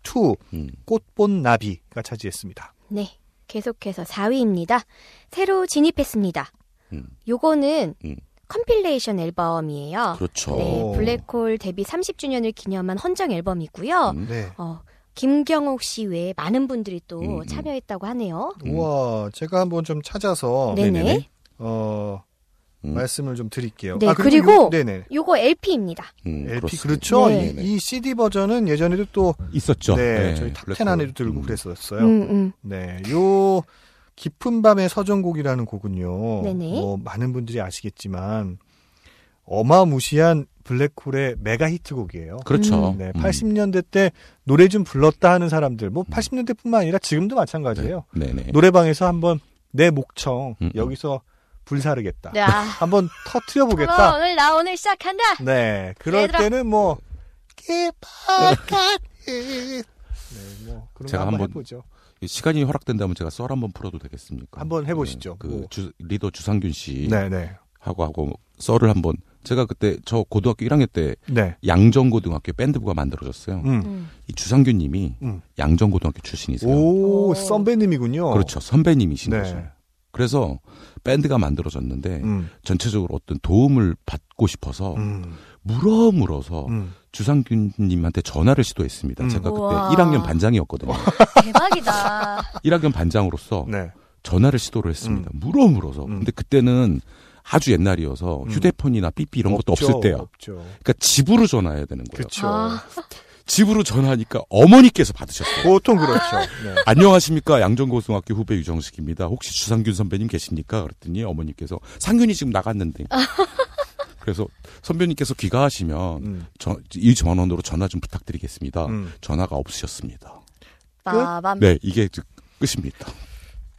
Speaker 1: 집2
Speaker 3: 음.
Speaker 1: 꽃본 나비가 차지했습니다.
Speaker 4: 네. 계속해서 4위입니다. 새로 진입했습니다.
Speaker 3: 음.
Speaker 4: 요거는
Speaker 3: 음.
Speaker 4: 컴필레이션
Speaker 1: 아,
Speaker 4: 앨범이에요.
Speaker 3: 그렇죠.
Speaker 4: 네,
Speaker 1: 오.
Speaker 4: 블랙홀 데뷔 30주년을 기념한 헌정 앨범이고요.
Speaker 3: 음.
Speaker 1: 네.
Speaker 4: 어, 김경옥 씨 외에 많은 분들이 또
Speaker 3: 음, 음.
Speaker 4: 참여했다고 하네요.
Speaker 3: 음.
Speaker 1: 우와, 제가 한번 좀 찾아서
Speaker 4: 네네.
Speaker 3: 네네네.
Speaker 1: 어,
Speaker 3: 음.
Speaker 1: 말씀을 좀 드릴게요.
Speaker 4: 네,
Speaker 1: 요-
Speaker 4: 그리고
Speaker 1: 네네.
Speaker 4: 요거 LP입니다.
Speaker 3: 음,
Speaker 1: LP
Speaker 3: 그렇습니다.
Speaker 1: 그렇죠.
Speaker 4: 네.
Speaker 1: 이- 이, CD 버전은 예전에도 또
Speaker 3: 있었죠.
Speaker 1: 네, 저희 탑텐
Speaker 3: 블랙홀.
Speaker 1: 안에도 들고
Speaker 3: 음.
Speaker 1: 그랬었어요.
Speaker 4: 음, 음.
Speaker 1: 네, 요 깊은 밤의 서전곡이라는 곡은요.
Speaker 4: 네네.
Speaker 1: 뭐 많은 분들이 아시겠지만 어마무시한 블랙홀의 메가 히트곡이에요.
Speaker 3: 그렇죠.
Speaker 1: 네,
Speaker 3: 음.
Speaker 1: 80년대 때 노래 좀 불렀다 하는 사람들, 뭐 80년대뿐만 아니라 지금도 마찬가지예요.
Speaker 3: 네, 네.
Speaker 1: 노래방에서 한번 내 목청
Speaker 3: 음, 음.
Speaker 1: 여기서 불사르겠다.
Speaker 2: 야,
Speaker 1: 한번 터트려
Speaker 2: 고마워,
Speaker 1: 보겠다.
Speaker 2: 오늘 나 오늘 시작한다.
Speaker 1: 네, 그럴
Speaker 2: 얘들아.
Speaker 1: 때는 뭐 기뻐가니. 네, 뭐 그런
Speaker 3: 제가
Speaker 1: 거 한번
Speaker 3: 한번
Speaker 1: 해보죠.
Speaker 3: 이 시간이 허락된다면 제가 썰 한번 풀어도 되겠습니까?
Speaker 1: 한번 해보시죠.
Speaker 3: 그
Speaker 1: 뭐.
Speaker 3: 주- 리더 주상균 씨
Speaker 1: 네, 네,
Speaker 3: 하고 하고 썰을 한번 제가 그때 저 고등학교 1학년 때
Speaker 1: 네.
Speaker 3: 양정고등학교 밴드부가 만들어졌어요.
Speaker 1: 음.
Speaker 3: 이 주상균님이
Speaker 1: 음.
Speaker 3: 양정고등학교 출신이세요.
Speaker 1: 오,
Speaker 2: 오.
Speaker 1: 선배님이군요.
Speaker 3: 그렇죠. 선배님이신
Speaker 1: 네.
Speaker 3: 거죠. 그래서 밴드가 만들어졌는데
Speaker 1: 음,
Speaker 3: 전체적으로 어떤 도움을 받고 싶어서
Speaker 1: 음,
Speaker 3: 물어물어서
Speaker 1: 음.
Speaker 3: 주상균님한테 전화를 시도했습니다.
Speaker 1: 음.
Speaker 3: 제가 그때
Speaker 2: 우와.
Speaker 3: 1학년 반장이었거든요.
Speaker 2: 대박이다.
Speaker 3: 1학년 반장으로서
Speaker 1: 네.
Speaker 3: 전화를 시도를 했습니다. 물어물어서.
Speaker 1: 음.
Speaker 3: 근데 그때는 아주 옛날이어서
Speaker 1: 음.
Speaker 3: 휴대폰이나 삐삐 이런 것도 없을
Speaker 1: 없죠,
Speaker 3: 때요.
Speaker 1: 없죠.
Speaker 3: 그러니까 집으로 전화해야 되는 거예요.
Speaker 1: 그렇죠.
Speaker 2: 아.
Speaker 3: 집으로 전화하니까 어머니께서 받으셨어요.
Speaker 1: 보통 그렇죠. 네.
Speaker 3: 안녕하십니까 양정고등학교 후배 유정식입니다. 혹시 주상균 선배님 계십니까? 그랬더니 어머니께서 상균이 지금 나갔는데. 그래서 선배님께서 귀가하시면
Speaker 1: 음,
Speaker 3: 저, 이 전원으로 전화 좀 부탁드리겠습니다.
Speaker 1: 음.
Speaker 3: 전화가 없으셨습니다.
Speaker 4: 음.
Speaker 2: 빠밤.
Speaker 3: 네, 이게 즉 끝입니다.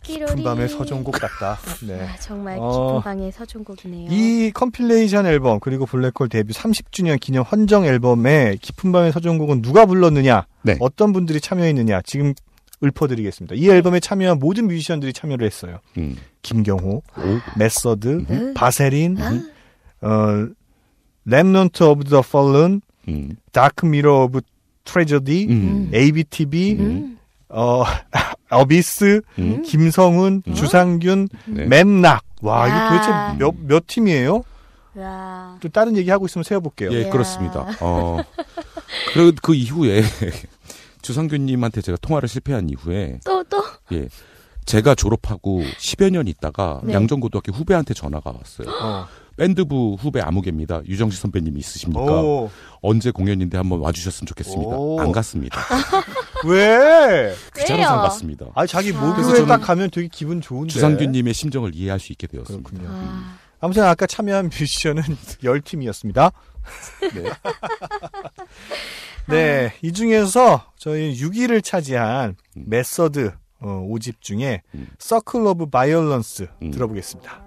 Speaker 1: 깊은 밤의 서정곡 같다. 네.
Speaker 2: 아, 정말 깊은
Speaker 1: 어.
Speaker 2: 방의 서종곡이네요.
Speaker 1: 이 컴필레이션 앨범 그리고 블랙홀 데뷔 30주년 기념 헌정 앨범에 깊은 밤의 서정곡은 누가 불렀느냐
Speaker 3: 네.
Speaker 1: 어떤 분들이 참여했느냐 지금 읊어드리겠습니다 이 앨범에 참여한 모든 뮤지션들이 참여를 했어요
Speaker 3: 음.
Speaker 1: 김경호 메서드
Speaker 3: 네.
Speaker 2: 음.
Speaker 1: 바세린
Speaker 3: 아.
Speaker 1: 어, 랩넌트 오브 더 펄른
Speaker 3: 음.
Speaker 1: 다크 미러 오브 트레저디
Speaker 3: 음.
Speaker 1: ABTV
Speaker 3: 음.
Speaker 1: 어, 어비스
Speaker 3: 음.
Speaker 1: 김성훈
Speaker 3: 음. 아.
Speaker 1: 주상균
Speaker 3: 네.
Speaker 1: 맨낙
Speaker 2: 야.
Speaker 1: 와 이게 도대체 몇, 몇 팀이에요?
Speaker 2: 와.
Speaker 1: 또 다른 얘기 하고 있으면 세어볼게요.
Speaker 3: 예,
Speaker 2: 이야.
Speaker 3: 그렇습니다. 어. 그리고 그 이후에 주상균님한테 제가 통화를 실패한 이후에
Speaker 2: 또 또.
Speaker 3: 예. 제가 졸업하고 10여 년 있다가
Speaker 2: 네.
Speaker 3: 양정고등학교 후배한테 전화가 왔어요.
Speaker 1: 어.
Speaker 3: 밴드부 후배 아무개입니다. 유정식 선배님이 있으십니까?
Speaker 1: 오,
Speaker 3: 언제 공연인데 한번 와주셨으면 좋겠습니다.
Speaker 1: 오.
Speaker 3: 안 갔습니다.
Speaker 2: 아,
Speaker 3: 그
Speaker 1: 왜?
Speaker 3: 귀찮아서 네. 안 갔습니다.
Speaker 1: 아 자기
Speaker 2: 아.
Speaker 1: 모교에
Speaker 3: 그래서 저는
Speaker 1: 딱 가면 되게 기분 좋은데.
Speaker 3: 주상균님의 심정을 이해할 수 있게 되었습니다.
Speaker 1: 그렇군요.
Speaker 2: 와.
Speaker 1: 아무튼 아까 참여한 뮤지션은 10팀이었습니다. 네. 이 중에서 저희 6위를 차지한
Speaker 3: 음.
Speaker 1: 메서드 어, 5집 중에
Speaker 3: 음.
Speaker 1: 서클 오브 바이올런스
Speaker 3: 음.
Speaker 1: 들어보겠습니다.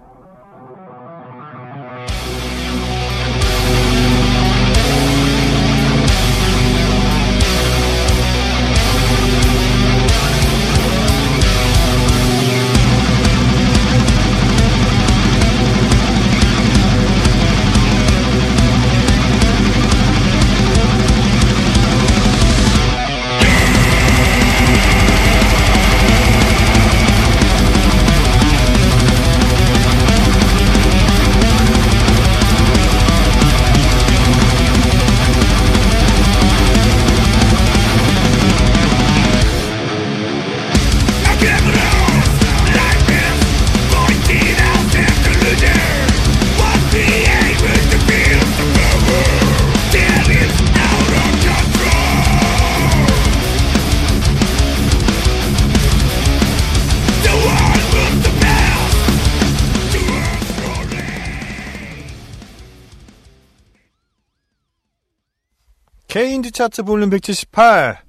Speaker 1: 케인즈 차트 볼륨 178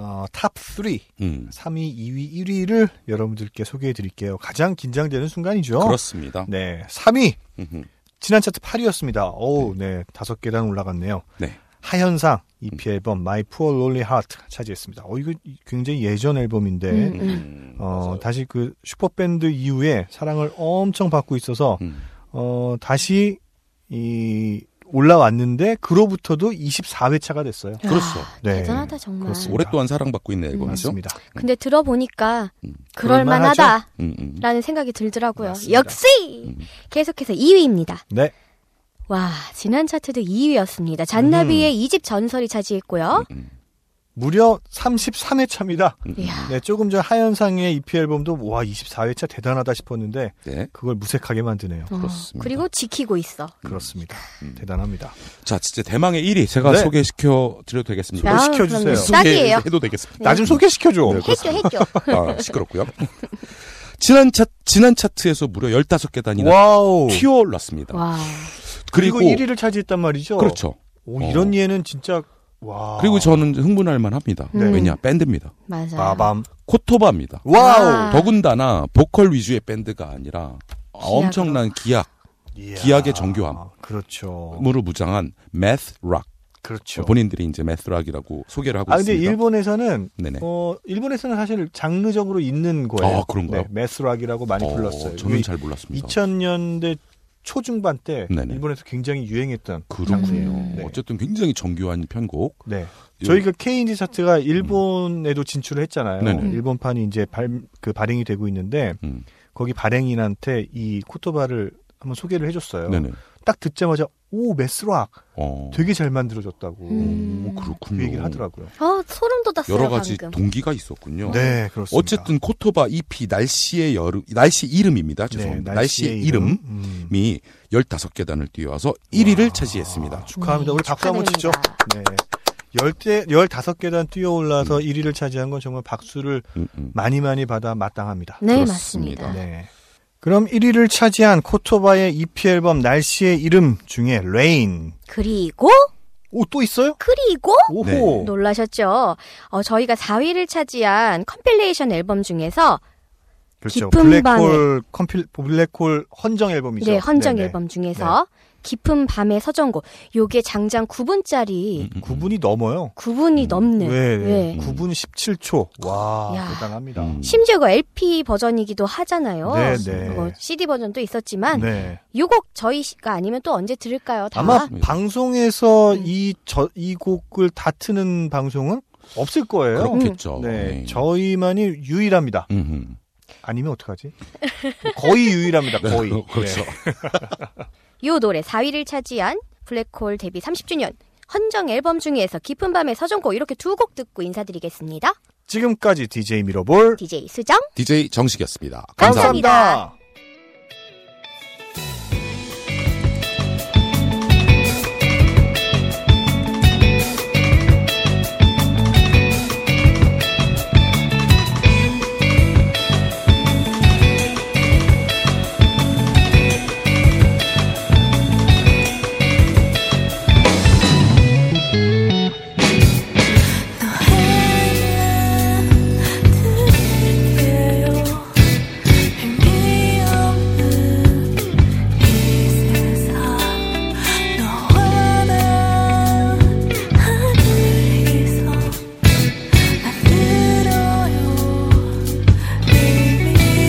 Speaker 1: 어, 탑3
Speaker 3: 음.
Speaker 1: 3위, 2위, 1위를 여러분들께 소개해 드릴게요. 가장 긴장되는 순간이죠.
Speaker 3: 어. 그렇습니다.
Speaker 1: 네. 3위.
Speaker 3: 음흠.
Speaker 1: 지난 차트 8위였습니다. 오, 네. 다섯 계단 올라갔네요.
Speaker 3: 네. 음.
Speaker 1: 하현상 EP 앨범 My Poor Lonely Heart 차지했습니다. 어, 이거 굉장히 예전 앨범인데
Speaker 2: 음.
Speaker 3: 음.
Speaker 1: 어,
Speaker 3: 맞아요.
Speaker 1: 다시 그 슈퍼밴드 이후에 사랑을 엄청 받고 있어서
Speaker 3: 음.
Speaker 1: 어, 다시 이 올라왔는데 그로부터도 24회차가 됐어요.
Speaker 3: 그렇죠.
Speaker 2: 아,
Speaker 1: 네.
Speaker 2: 대단하다 정말.
Speaker 1: 그렇습니다.
Speaker 3: 오랫동안 사랑받고 있는 앨범이죠.
Speaker 1: 맞습니다.
Speaker 2: 근데 들어보니까
Speaker 3: 음.
Speaker 2: 그럴만하다라는
Speaker 3: 음, 음.
Speaker 2: 생각이 들더라고요.
Speaker 1: 맞습니다.
Speaker 2: 역시
Speaker 3: 음.
Speaker 2: 계속해서 2위입니다.
Speaker 1: 네.
Speaker 2: 와 지난 차트도 2위였습니다. 잔나비의 이 2집 전설이 차지했고요.
Speaker 3: 음,
Speaker 1: 무려 33회차입니다.
Speaker 3: 음, 음.
Speaker 2: 이야.
Speaker 1: 네, 조금 전 하현상의 EP 앨범도 와 24회차 대단하다 싶었는데
Speaker 3: 네.
Speaker 1: 그걸 무색하게 만드네요.
Speaker 2: 어,
Speaker 3: 그렇습니다.
Speaker 2: 그리고 지키고 있어.
Speaker 1: 그렇습니다.
Speaker 3: 음.
Speaker 1: 대단합니다.
Speaker 3: 자, 진짜 대망의 1위 네. 제가
Speaker 1: 네.
Speaker 3: 소개시켜 드려도 되겠습니까?
Speaker 1: 야,
Speaker 2: 아,
Speaker 1: 시켜주세요. 네.
Speaker 2: 그럼요.
Speaker 1: 소개
Speaker 2: 딱이에요.
Speaker 3: 해도 되겠습니다.
Speaker 1: 나 좀 소개시켜줘.
Speaker 3: 네,
Speaker 2: 해줘 해줘.
Speaker 3: 아, 시끄럽고요. 지난 차 지난 차트에서 무려 15개 단이나
Speaker 1: 와우.
Speaker 3: 튀어 올랐습니다.
Speaker 4: 와.
Speaker 1: 그리고
Speaker 3: 그리고
Speaker 1: 1위를 차지했단 말이죠.
Speaker 3: 그렇죠.
Speaker 1: 오,
Speaker 3: 어.
Speaker 1: 이런 예는 진짜 와.
Speaker 3: 그리고 저는 흥분할 만합니다.
Speaker 1: 네.
Speaker 3: 왜냐 밴드입니다.
Speaker 4: 맞아요.
Speaker 3: 음.
Speaker 1: 빠밤.
Speaker 3: 코토바입니다.
Speaker 1: 와우.
Speaker 3: 더군다나 보컬 위주의 밴드가 아니라 엄청난 기악
Speaker 1: 이야.
Speaker 3: 기악의 정교함. 뭐
Speaker 1: 그렇죠.
Speaker 3: 으로 무장한 매스 락
Speaker 1: 그렇죠.
Speaker 3: 본인들이 이제 매스 락이라고 소개를 하고
Speaker 1: 아 근데
Speaker 3: 뭐 있습니다.
Speaker 1: 일본에서는
Speaker 3: 네네.
Speaker 1: 어 일본에서는 사실 장르적으로 있는 거예요.
Speaker 3: 아, 그런가요?
Speaker 1: 메스락이라고 많이
Speaker 3: 어,
Speaker 1: 불렀어요.
Speaker 3: 저는 잘 몰랐습니다.
Speaker 1: 2000년대 초중반 때
Speaker 3: 네네.
Speaker 1: 일본에서 굉장히 유행했던
Speaker 3: 그렇군요.
Speaker 1: 네.
Speaker 3: 어쨌든 굉장히 정교한 편곡.
Speaker 1: 네. 저희가 K인디 차트가 일본에도 진출을 했잖아요.
Speaker 3: 음.
Speaker 2: 음.
Speaker 3: 네네.
Speaker 1: 일본판이 이제 발, 그 발행이 되고 있는데
Speaker 3: 음.
Speaker 1: 거기 발행인한테 이 코토바를 한번 소개를 해줬어요.
Speaker 3: 네네.
Speaker 1: 딱 듣자마자 오 메스락
Speaker 3: 어.
Speaker 1: 되게 잘 만들어졌다고
Speaker 2: 음.
Speaker 3: 오,
Speaker 1: 그
Speaker 3: 그렇군요.
Speaker 1: 얘기를 하더라고요.
Speaker 2: 아 소름 돋았어요.
Speaker 3: 여러 가지
Speaker 2: 방금.
Speaker 3: 동기가 있었군요.
Speaker 1: 네, 그렇습니다.
Speaker 3: 어쨌든 코토바 EP 날씨의 여름 날씨 이름입니다.
Speaker 1: 네,
Speaker 3: 죄송합니다.
Speaker 1: 날씨의
Speaker 3: 날씨의, 이름.
Speaker 1: 음.
Speaker 3: 이 15계단을 뛰어와서 1위를 차지했습니다.
Speaker 1: 축하합니다. 우리 박수 한번 치죠.
Speaker 2: 축하드립니다.
Speaker 1: 네. 열대 열다섯 계단 뛰어 올라서 1위를 차지한 건 정말 박수를
Speaker 3: 음, 음.
Speaker 1: 많이 많이 받아 마땅합니다.
Speaker 4: 네,
Speaker 3: 그렇습니다.
Speaker 4: 맞습니다.
Speaker 1: 네. 그럼 1위를 차지한 코토바의 EP 앨범 날씨의 이름 중에 레인.
Speaker 4: 그리고
Speaker 1: 오, 또 있어요?
Speaker 4: 그리고
Speaker 3: 네.
Speaker 1: 오호.
Speaker 4: 놀라셨죠? 어, 저희가 4위를 차지한 컴필레이션 앨범 중에서
Speaker 1: 그렇죠.
Speaker 4: 깊은
Speaker 1: 블랙홀 컴필 블랙홀 헌정 앨범이죠.
Speaker 4: 네, 헌정
Speaker 1: 네네.
Speaker 4: 앨범 중에서 깊은 밤의 서정고 요게 장장 9분짜리
Speaker 3: 음, 음, 음.
Speaker 1: 9분이 넘어요.
Speaker 4: 9분이 넘는
Speaker 1: 네,
Speaker 4: 예.
Speaker 1: 네. 9분 17초. 와,
Speaker 4: 야.
Speaker 1: 대단합니다.
Speaker 3: 음.
Speaker 4: 심지어 그 LP 버전이기도 하잖아요.
Speaker 1: 네, 네.
Speaker 4: 뭐 CD 버전도 있었지만
Speaker 1: 네.
Speaker 4: 이 곡 저희가 아니면 또 언제 들을까요? 다.
Speaker 1: 아마
Speaker 3: 네.
Speaker 1: 방송에서
Speaker 4: 음.
Speaker 1: 이, 저, 이 곡을 다 트는 방송은 없을 거예요.
Speaker 3: 그렇겠죠.
Speaker 1: 네, 저희만이 유일합니다.
Speaker 3: 음, 음.
Speaker 1: 아니면 어떡하지? 거의 유일합니다, 거의.
Speaker 3: 어, 그렇죠.
Speaker 1: 네.
Speaker 4: 요 노래 4위를 차지한 블랙홀 데뷔 30주년 헌정 앨범 중에서 깊은 밤의 서정고 이렇게 두 곡 듣고 인사드리겠습니다.
Speaker 1: 지금까지 DJ 미러볼.
Speaker 4: DJ 수정
Speaker 3: DJ 정식이었습니다.
Speaker 4: 감사합니다.
Speaker 6: 드릴게요 의미 없는 이 세상 너와 나 하늘에서 나 들어요 의미를